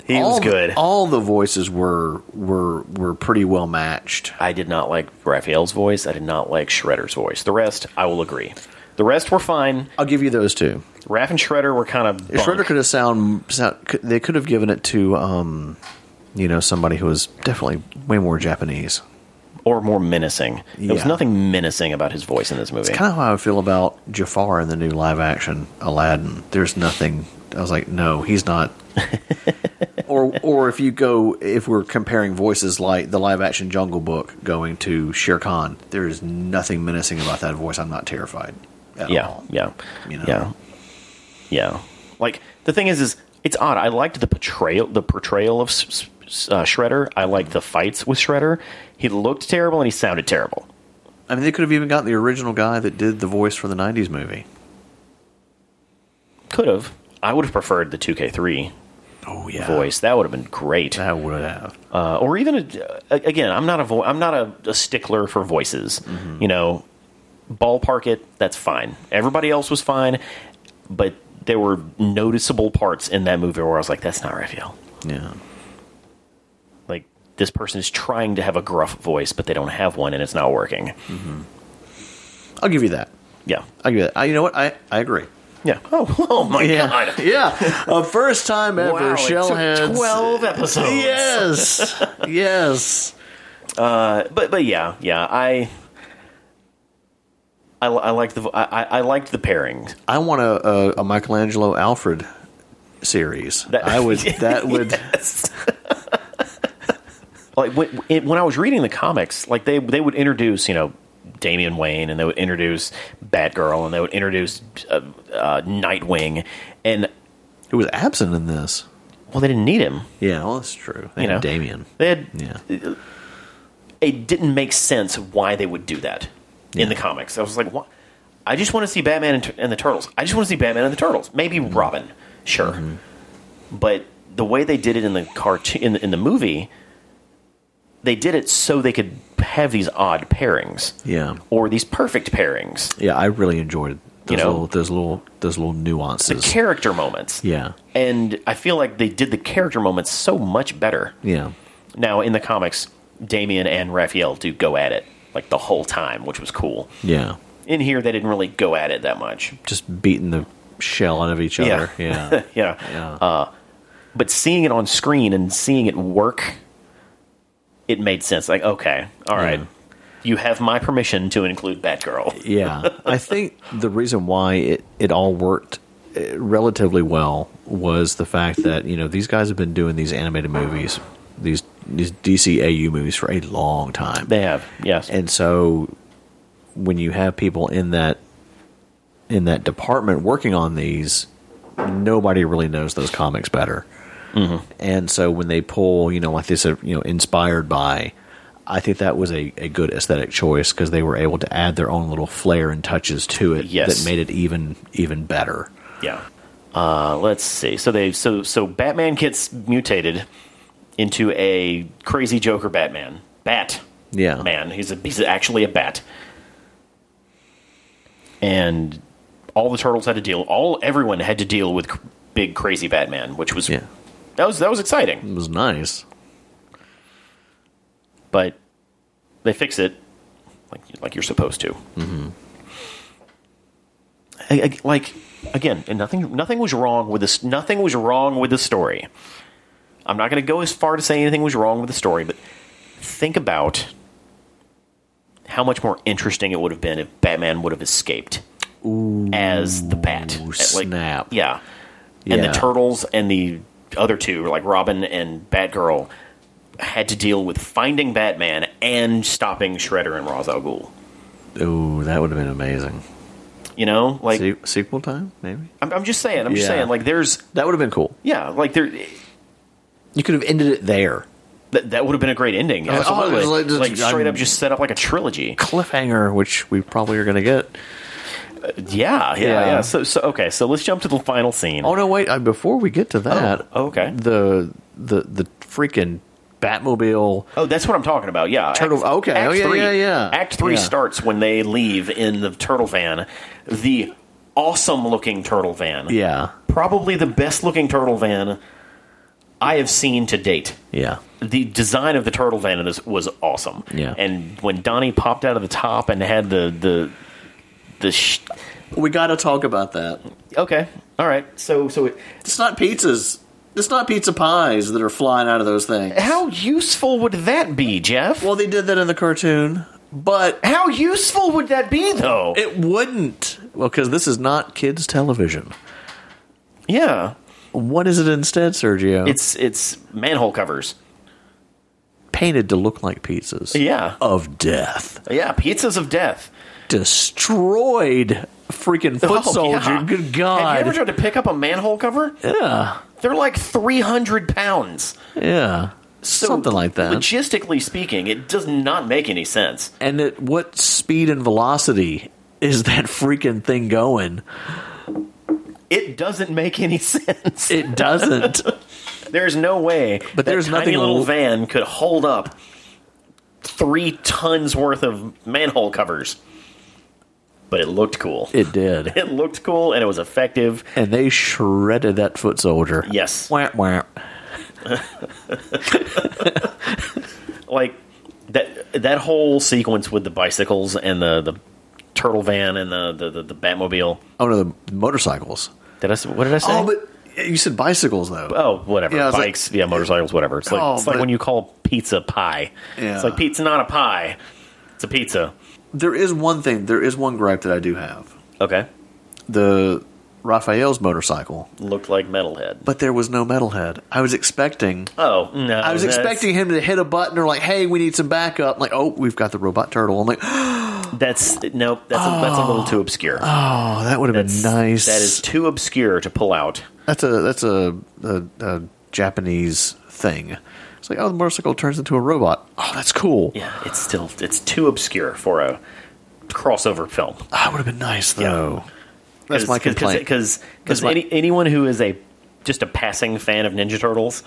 S1: He was
S2: all the-
S1: good.
S2: all the voices were were were pretty well matched.
S1: I did not like Raphael's voice. I did not like Shredder's voice. The rest, I will agree. The rest were fine.
S2: I'll give you those two.
S1: Raph and Shredder were kind of.
S2: If
S1: Bunk.
S2: Shredder could have sound, sound could- they could have given it to um, you know somebody who was definitely way more Japanese.
S1: or more menacing. There was
S2: Yeah.
S1: nothing menacing about his voice in this movie.
S2: Kind of how I feel about Jafar in the new live action Aladdin. There's nothing. I was like, no, he's not. or or if you go if we're comparing voices like the live action Jungle Book going to Shere Khan, there is nothing menacing about that voice. I'm not terrified. At
S1: yeah,
S2: all.
S1: yeah,
S2: You know.
S1: yeah, yeah. Like the thing is, is it's odd. I liked the portrayal, the portrayal of S- S- uh, Shredder. I liked the fights with Shredder. He looked terrible and he sounded terrible.
S2: I mean, they could have even got the original guy that did the voice for the '90s movie.
S1: Could have. I would have preferred the 2K3
S2: Oh yeah,
S1: voice. That would have been great.
S2: that would have.
S1: Uh, or even a, again, I'm not a vo- I'm not a, a stickler for voices. You know, ballpark it. That's fine. Everybody else was fine, but there were noticeable parts in that movie where I was like, "That's not Raphael."
S2: Yeah.
S1: Like this person is trying to have a gruff voice, but they don't have one, and it's not working.
S2: I'll give you that.
S1: Yeah.
S2: I'll give you that. I, you know what? I, I agree.
S1: Yeah. Oh, oh my god.
S2: Yeah. A first time ever
S1: Wow, it took
S2: shellheads.
S1: Twelve episodes.
S2: Yes. yes.
S1: but but yeah, yeah. I I, I like the I, I I liked the pairing.
S2: I want a, a, a Michelangelo Alfred series.
S1: That-
S2: I would that would
S1: like when, it, when I was reading the comics, like they they would introduce you know Damian Wayne and they would introduce Batgirl and they would introduce uh, uh, Nightwing and
S2: it was absent in this.
S1: well they didn't need him
S2: Yeah, well, that's true.
S1: you know
S2: Damien.
S1: they had
S2: Yeah.
S1: it didn't make sense why they would do that in the comics I was like what I just want to see Batman and, and the Turtles I just want to see Batman and the Turtles maybe Robin sure but the way they did it in the cartoon in, the- in the movie they did it so they could have these odd pairings
S2: Yeah.
S1: or these perfect pairings
S2: Yeah, I really enjoyed those
S1: You know?
S2: little those little those little nuances.
S1: character moments.
S2: yeah.
S1: And I feel like they did the character moments so much better.
S2: Yeah.
S1: Now, in the comics, Damien and Raphael do go at it like the whole time, which was cool.
S2: Yeah.
S1: In here, they didn't really go at it that much.
S2: Just beating the shell out of each
S1: Yeah.
S2: other. Yeah.
S1: Yeah.
S2: Yeah.
S1: but seeing it on screen and seeing it work, it made sense. Like, okay, all right, you have my permission to include Batgirl.
S2: yeah. I think the reason why it, it all worked eh, relatively well was the fact that, you know, these guys have been doing these animated movies, these these DCAU movies for a long time.
S1: They have, yes,
S2: And so when you have people in that in that department working on these, nobody really knows those comics better.
S1: Mm-hmm.
S2: And so when they pull, you know, like they said, you know, inspired by, I think that was a, a good aesthetic choice because they were able to add their own little flair and touches to it
S1: Yes.
S2: that made it even even better.
S1: yeah. Uh, let's see. So they so so Batman gets mutated into a crazy Joker Batman. Bat.
S2: Yeah.
S1: Man, he's a, he's actually a bat. And all the turtles had to deal. All everyone had to deal with cr- big crazy Batman, which was
S2: Yeah.
S1: that was that was exciting.
S2: It was nice.
S1: But they fix it like like you're supposed to. Mm-hmm. I, I- like again, and nothing nothing was wrong with this. Nothing was wrong with the story. I'm not going to go as far to say anything was wrong with the story, but think about how much more interesting it would have been if Batman would have escaped as the Bat.
S2: Ooh,
S1: Like,
S2: snap.
S1: Yeah. And
S2: Yeah.
S1: the Turtles and the other two, like Robin and Batgirl, had to deal with finding Batman and stopping Shredder and Ra's al Ghul.
S2: Ooh, that would have been amazing.
S1: You know, like
S2: Se- sequel time, maybe?
S1: I'm, I'm just saying, I'm just
S2: Yeah.
S1: saying, like there's,
S2: That would have been cool.
S1: yeah, like there,
S2: You could have ended it there.
S1: that, that would have been a great ending.
S2: like, oh,
S1: Absolutely,
S2: it was like
S1: like,
S2: just-
S1: straight up,
S2: I'm-
S1: just set up like a trilogy.
S2: Cliffhanger, which we probably are going to get.
S1: Yeah, yeah, yeah.
S2: Yeah.
S1: So, so okay, so let's jump to the final scene.
S2: Oh no! Wait. Uh, before we get to that,
S1: Oh, okay.
S2: The the the freaking Batmobile.
S1: Oh, that's what I'm talking about. Yeah,
S2: Turtle- okay. Oh, yeah,
S1: three,
S2: yeah, yeah.
S1: Act three
S2: Yeah.
S1: starts when they leave in the turtle van, the awesome looking turtle van.
S2: Yeah.
S1: probably the best looking turtle van I have seen to date.
S2: Yeah.
S1: The design of the turtle van in this was awesome.
S2: Yeah.
S1: and when Donnie popped out of the top and had the the the sh-
S2: We got to talk about that.
S1: okay, all right. So so it,
S2: It's not pizzas. It's not pizza pies that are flying out of those things.
S1: how useful would that be, Jeff?
S2: Well, they did that in the cartoon, but
S1: how useful would that be though?
S2: it wouldn't. Well, because this is not kids' television.
S1: yeah,
S2: What is it instead, Sergio?
S1: it's it's manhole covers.
S2: painted to look like pizzas.
S1: Yeah.
S2: Of death.
S1: Yeah, pizzas of death.
S2: Destroyed freaking foot
S1: Oh,
S2: soldier.
S1: yeah.
S2: Good God.
S1: Have you ever tried to pick up a manhole cover?
S2: yeah.
S1: They're like 300 pounds.
S2: Yeah.
S1: So,
S2: Something like that.
S1: Logistically speaking, it does not make any sense.
S2: and at what speed and velocity is that freaking thing going?
S1: It doesn't make any sense.
S2: It doesn't.
S1: There's no way. that
S2: But there's
S1: tiny
S2: nothing
S1: little
S2: l-
S1: van could hold up three tons worth of manhole covers. But it looked cool.
S2: it did.
S1: It looked cool and it was effective.
S2: And they shredded that foot soldier.
S1: Yes.
S2: Wah, wah.
S1: like that that whole sequence with the bicycles and the, the turtle van and the, the, the, the Batmobile.
S2: Oh no, the motorcycles.
S1: Did I? s- What did I say?
S2: Oh, but you said bicycles though.
S1: Oh, whatever.
S2: Yeah, I was like-
S1: Bikes, yeah, motorcycles, whatever. It's like
S2: Oh,
S1: it's like
S2: but-
S1: when you call pizza pie.
S2: Yeah.
S1: It's like pizza, not a pie. It's a pizza.
S2: There is one thing. There is one gripe that I do have.
S1: Okay.
S2: The Raphael's motorcycle,
S1: Looked like metalhead.
S2: but there was no metalhead. I was expecting.
S1: Oh no!
S2: I was
S1: that's-
S2: expecting him to hit a button or like, "Hey, we need some backup." I'm like, "Oh, we've got the robot turtle." I'm like,
S1: that's nope. That's a, that's a little too obscure.
S2: "Oh, that would have been nice."
S1: That is too obscure to pull out.
S2: That's a that's a, a, a Japanese thing. It's like oh, the motorcycle turns into a robot. Oh, that's cool.
S1: Yeah, it's still it's too obscure for a crossover film.
S2: That would have been nice though. That's my complaint.
S1: Because
S2: That's my-
S1: any, anyone who is a just a passing fan of Ninja Turtles,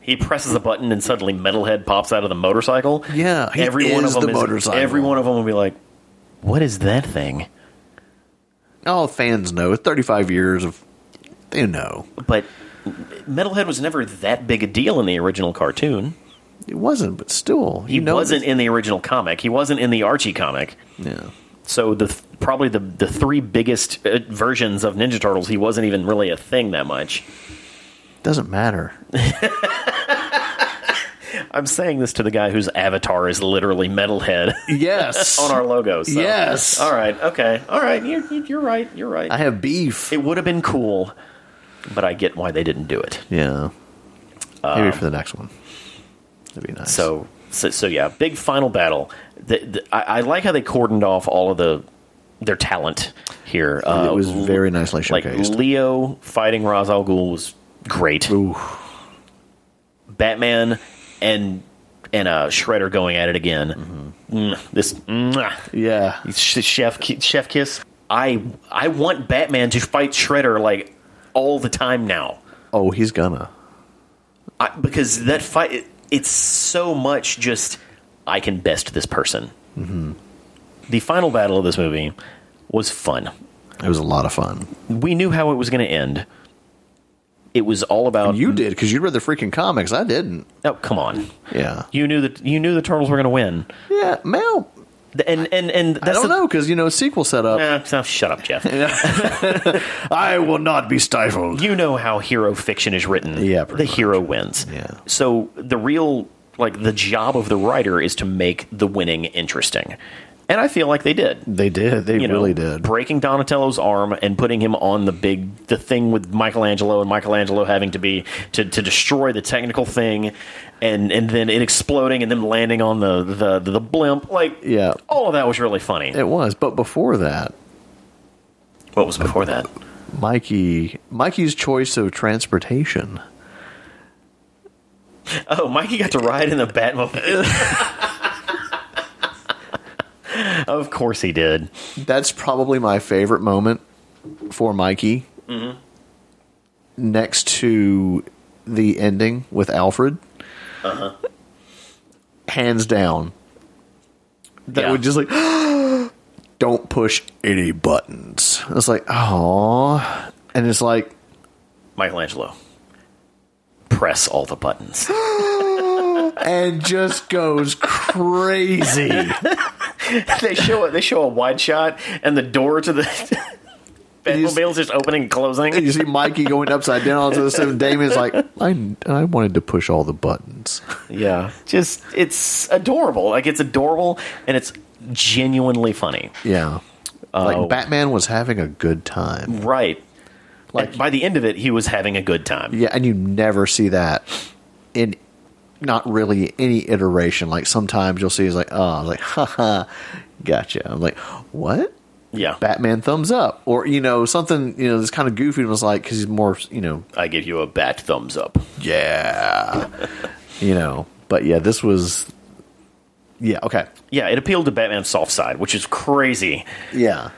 S1: he presses a button and suddenly Metalhead pops out of the motorcycle.
S2: Yeah, he
S1: every one of
S2: is
S1: them
S2: the
S1: is,
S2: motorcycle.
S1: Every one of them will be like, "What is that thing?"
S2: All fans know. It's thirty five years of they know.
S1: But Metalhead was never that big a deal in the original cartoon.
S2: It wasn't, but still,
S1: He
S2: you know
S1: wasn't in the original comic. He wasn't in the Archie comic.
S2: Yeah.
S1: So the th- probably the the three biggest uh, versions of Ninja Turtles, he wasn't even really a thing that much.
S2: Doesn't matter.
S1: I'm saying this to the guy whose avatar is literally Metalhead
S2: Yes.
S1: on our logo. So.
S2: Yes.
S1: All right. Okay. All right. You're, you're right. You're right.
S2: I have beef.
S1: it would have been cool, but I get why they didn't do it.
S2: Yeah. Maybe for the next one. That'd be
S1: Uh,
S2: nice.
S1: So, so, so yeah, big final battle. The, the, I, I like how they cordoned off all of the their talent here. Uh,
S2: it was
S1: l-
S2: very nicely
S1: like
S2: showcased.
S1: Leo fighting Ra's al Ghul was great.
S2: Ooh.
S1: Batman and and uh, Shredder going at it again.
S2: Mm-hmm.
S1: Mm, this mwah.
S2: yeah.
S1: Sh- chef ki- chef kiss. I I want Batman to fight Shredder like all the time now.
S2: Oh, he's gonna.
S1: I, because that fight it, it's so much just I can best this person.
S2: Mm-hmm.
S1: The final battle of this movie was fun.
S2: It was a lot of fun.
S1: We knew how it was going to end. It was all about
S2: You did because you read the freaking comics. I didn't.
S1: Oh, come on!
S2: Yeah.
S1: You knew that you knew the turtles were going to win,
S2: Yeah. Mel.
S1: The- and and and that's
S2: I don't
S1: the,
S2: know because you know sequel setup.
S1: Nah, so- shut up, Jeff.
S2: I will not be stifled.
S1: you know how hero fiction is written.
S2: Yeah,
S1: the
S2: pretty much.
S1: hero wins.
S2: Yeah.
S1: So the real like the job of the writer is to make the winning interesting, and I feel like they did.
S2: They did. They
S1: you know,
S2: really did.
S1: breaking Donatello's arm and putting him on the big the thing with Michelangelo and Michelangelo having to be to, to destroy the technical thing and and then it exploding and then landing on the the the, blimp like
S2: Yeah.
S1: all of that was really funny.
S2: It was. But before that,
S1: what was before that?
S2: Mikey, Mikey's choice of transportation.
S1: Oh, Mikey got to ride in the Batmobile. of course he did.
S2: That's probably my favorite moment for Mikey. Next to the ending with Alfred. Uh-huh. Hands down. That
S1: Yeah.
S2: would just like don't push any buttons. It's like, oh and it's like
S1: Michelangelo. Press all the buttons.
S2: and just goes crazy.
S1: they show they show a wide shot and the door to the Batmobile's just opening and
S2: And
S1: closing.
S2: you see Mikey going upside down onto the seven. Damon's like, I, I wanted to push all the buttons.
S1: Yeah, just it's adorable. Like it's adorable and it's genuinely funny.
S2: Yeah.
S1: Oh.
S2: Like Batman was having a good time.
S1: Right. Like
S2: Like-
S1: by the end of it, he was having a good time.
S2: Yeah, and you never see that in not really any iteration. Like sometimes you'll see it's like, oh, like, haha, gotcha. I'm like, what?
S1: Yeah,
S2: Batman thumbs up, or you know something you know that's kind of goofy. And was like because he's more you know
S1: I give you a bat thumbs up.
S2: yeah, you know. But yeah, this was yeah okay
S1: Yeah, it appealed to Batman's soft side, which is crazy.
S2: yeah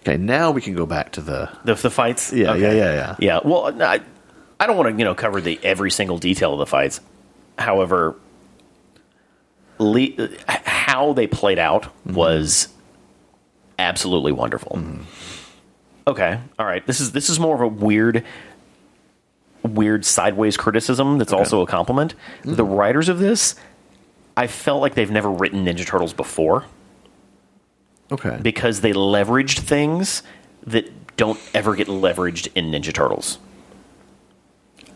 S2: okay. Now we can go back to the
S1: The the fights.
S2: yeah yeah yeah yeah
S1: Yeah, well, I, I don't want to you know cover the every single detail of the fights. However, le- how they played out
S2: Mm-hmm.
S1: was absolutely wonderful. Okay, all right. This is this is more of a weird, weird sideways criticism that's also a compliment.
S2: Mm-hmm.
S1: The writers of this, I felt like they've never written Ninja Turtles before
S2: okay
S1: because they leveraged things that don't ever get leveraged in Ninja Turtles.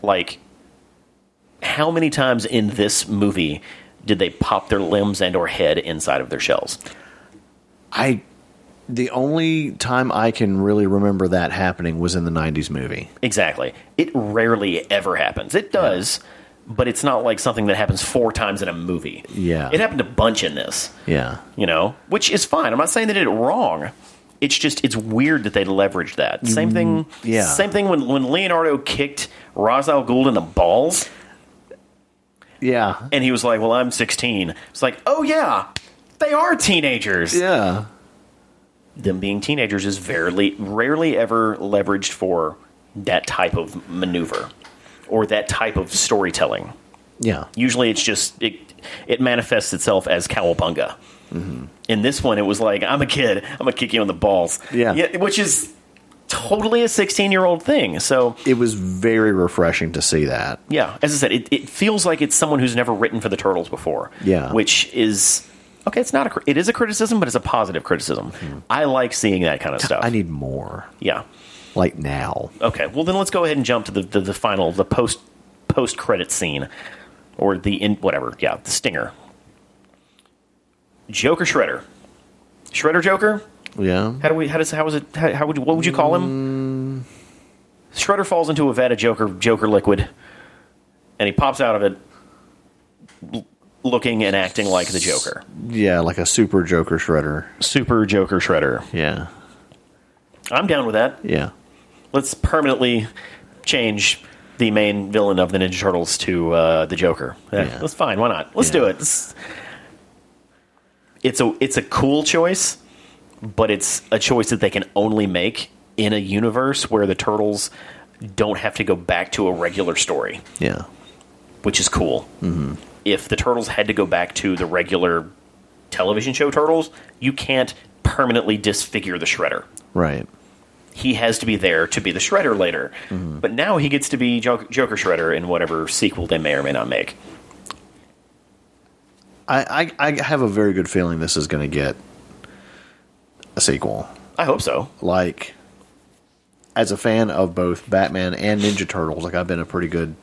S1: Like, how many times in this movie did they pop their limbs and or head inside of their shells?
S2: I the only time I can really remember that happening was in the 90s movie.
S1: Exactly. It rarely ever happens. It does, but it's not like something that happens four times in a movie.
S2: Yeah.
S1: It happened a bunch in this.
S2: Yeah.
S1: you know, which is fine. I'm not saying they did it wrong. It's just it's weird that they leveraged that. Same thing.
S2: Mm, yeah.
S1: Same thing when when Leonardo kicked Ra's al Ghul in the balls,
S2: Yeah.
S1: and he was like, "Well, I'm 16." It's like, oh yeah, they are teenagers.
S2: Yeah.
S1: Them being teenagers is rarely rarely ever leveraged for that type of maneuver or that type of storytelling.
S2: Yeah.
S1: Usually, it's just it it manifests itself as cowabunga.
S2: Mm-hmm.
S1: In this one, it was like I'm a kid. I'm gonna kick you in the balls.
S2: Yeah.
S1: which is totally a 16 year old thing. So
S2: It was very refreshing to see that.
S1: yeah, as I said, it, it feels like it's someone who's never written for the Turtles before.
S2: Yeah.
S1: which is okay. It's not a cri- it
S2: Hmm.
S1: is a criticism, but it's a positive criticism. I like seeing that kind of stuff.
S2: I need more.
S1: yeah,
S2: like now.
S1: Okay, well then let's go ahead and jump to the the, the final the post post credit scene or the in whatever yeah the stinger. Joker Shredder, Shredder Joker.
S2: Yeah.
S1: How do we how does how is it how, how would you, what would you call him? Shredder falls into a vat of Joker Joker liquid, and he pops out of it, l- looking and acting like the Joker.
S2: Yeah, like a super Joker shredder.
S1: Super Joker Shredder.
S2: Yeah.
S1: I'm down with that.
S2: Yeah.
S1: let's permanently change the main villain of the Ninja Turtles to uh, the Joker. Eh,
S2: Yeah.
S1: That's fine. Why not? Let's
S2: Yeah.
S1: do it. It's, it's a it's a cool choice, but it's a choice that they can only make in a universe where the turtles don't have to go back to a regular story,
S2: Yeah.
S1: which is cool.
S2: Mm-hmm.
S1: If the turtles had to go back to the regular television show Turtles, you can't permanently disfigure the Shredder
S2: Right.
S1: he has to be there to be the Shredder later. But now he gets to be Jo- Joker Shredder in whatever sequel they may or may not make.
S2: I, I, I have a very good feeling this is going to get a sequel.
S1: I hope so.
S2: Like, as a fan of both Batman and Ninja Turtles, like I've been a pretty good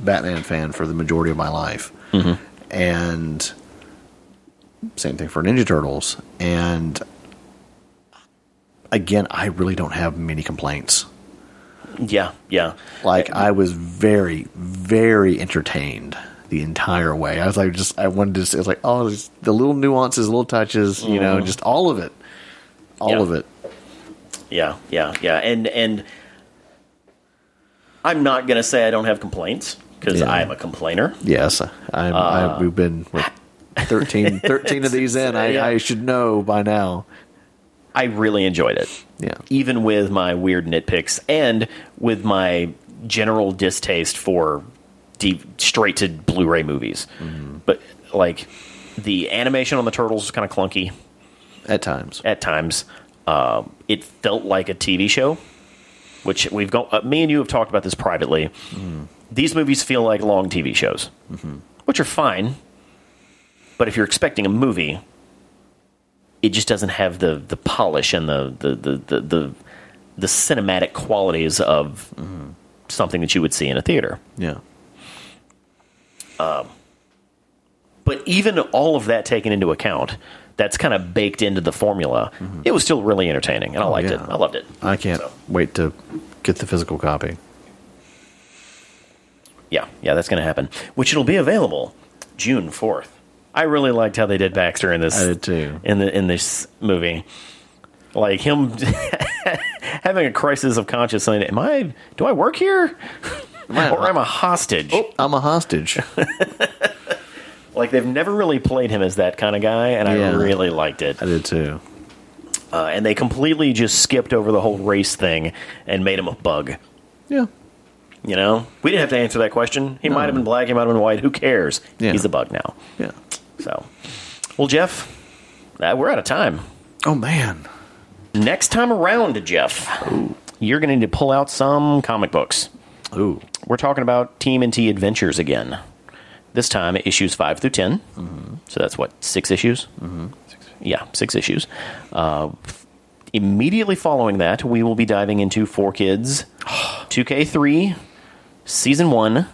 S2: Batman fan for the majority of my life,
S1: Mm-hmm.
S2: and same thing for Ninja Turtles. And again, I really don't have many complaints.
S1: Yeah, yeah.
S2: Like I was very, very entertained the entire way. I was like, just I wanted to. Say, I was like, oh, just the little nuances, little touches, you know, just all of it, all
S1: Mm-hmm. Yeah.
S2: of it.
S1: Yeah, yeah, yeah. And and I'm not going to say I don't have complaints because
S2: Yeah.
S1: I am a complainer.
S2: Yes, I'm, I, we've been what, 13, 13 of these in. I,
S1: Yeah.
S2: I should know by now.
S1: I really enjoyed it.
S2: Yeah.
S1: Even with my weird nitpicks and with my general distaste for deep, straight to Blu-ray movies. But like the animation on the turtles was kind of clunky.
S2: At times,
S1: at times. Um, it felt like a TV show, which we've gone. Uh, me and you have talked about this privately. These movies feel like long TV shows, which are fine. But if you're expecting a movie, it just doesn't have the the polish and the the the the, the, the cinematic qualities of something that you would see in a theater.
S2: yeah,
S1: But even all of that taken into account, that's kind of baked into the formula. It was still really entertaining, and I liked it.
S2: yeah.
S1: I loved it.
S2: I can't
S1: So.
S2: wait to get the physical copy.
S1: Yeah, yeah, that's going to happen. Which it'll be available June fourth. I really liked how they did Baxter in this.
S2: I did too.
S1: In the in this movie, like him having a crisis of conscience. Saying, "Am I? Do I work here,
S2: I-
S1: or am I hostage?"
S2: I'm a hostage.
S1: Like they've never really played him as that kind of guy, and I
S2: Yeah.
S1: really liked it.
S2: I did too.
S1: Uh, and they completely just skipped over the whole race thing and made him a bug.
S2: Yeah,
S1: You know, we didn't have to answer that question. He might have been black. He might have been white. Who cares?
S2: Yeah.
S1: He's a bug now.
S2: yeah.
S1: So, well, Jeff, uh, we're out of time.
S2: Oh man.
S1: Next time around, Jeff, you're going to need to pull out some comic books.
S2: Ooh.
S1: We're talking about Team and T Adventures again. This time, issues five through 10 So that's what six issues. Mm-hmm. Yeah, six issues. Uh, f- immediately following that, we will be diving into Four Kids, Two K Three, Season One,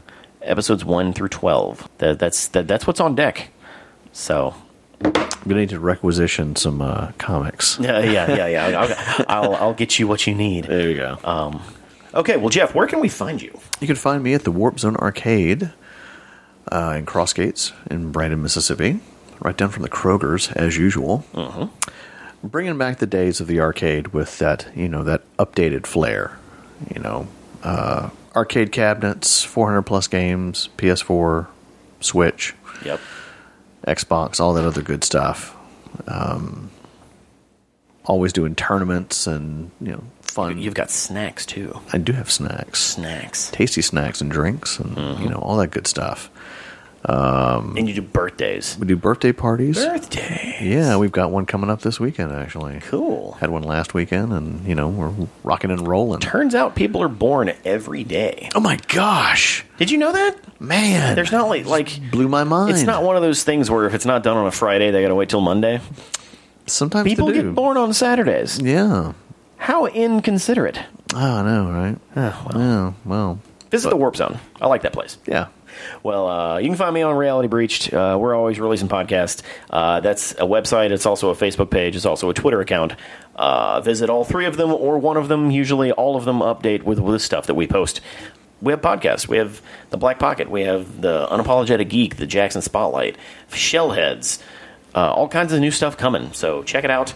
S1: episodes one through twelve. That, that's that, that's what's on deck. So
S2: We need to requisition some uh, comics.
S1: Yeah, yeah, yeah, yeah. I'll, I'll, I'll get you what you need.
S2: There you go.
S1: Okay, well, Jeff, where can we find you?
S2: you can find me at the Warp Zone Arcade uh, in Crossgates in Brandon, Mississippi, right down from the Kroger's as usual. Bringing back the days of the arcade with that, you know, that updated flair. You know, uh, arcade cabinets, 400 plus games, PS4, Switch,
S1: Yep.
S2: Xbox, all that other good stuff. Um, always doing tournaments and you know fun.
S1: You've got snacks too.
S2: I do have snacks,
S1: Snacks,
S2: tasty snacks and drinks, and you know all that good stuff.
S1: and you do birthdays.
S2: We do birthday parties.
S1: Birthday.
S2: Yeah, we've got one coming up this weekend actually.
S1: Cool.
S2: Had one last weekend, and you know we're rocking and rolling.
S1: Turns out people are born every day.
S2: Oh my gosh,
S1: Did you know that?
S2: man!
S1: There's not like like
S2: blew my mind.
S1: it's not one of those things where if it's not done on a Friday, they got to wait till Monday.
S2: sometimes
S1: People
S2: they do.
S1: get born on Saturdays.
S2: Yeah,
S1: How inconsiderate.
S2: Oh, I know, right?
S1: Ah,
S2: Yeah, well. Yeah, well.
S1: Visit the Warp Zone. I like that place.
S2: Yeah.
S1: Well, uh, you can find me on Reality Breached. Uh, we're always releasing podcasts. Uh, that's a website. It's also a Facebook page. It's also a Twitter account. Uh, visit all three of them or one of them. Usually, all of them update with the stuff that we post. We have podcasts. We have the Black Pocket. We have the Unapologetic Geek, the Jackson Spotlight, Shellheads, uh, all kinds of new stuff coming. So check it out,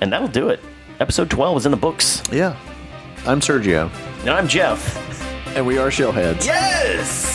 S1: and that'll do it. Episode twelve is in the books,
S2: Yeah. I'm Sergio.
S1: and I'm Jeff.
S2: And we are Shellheads.
S1: Yes.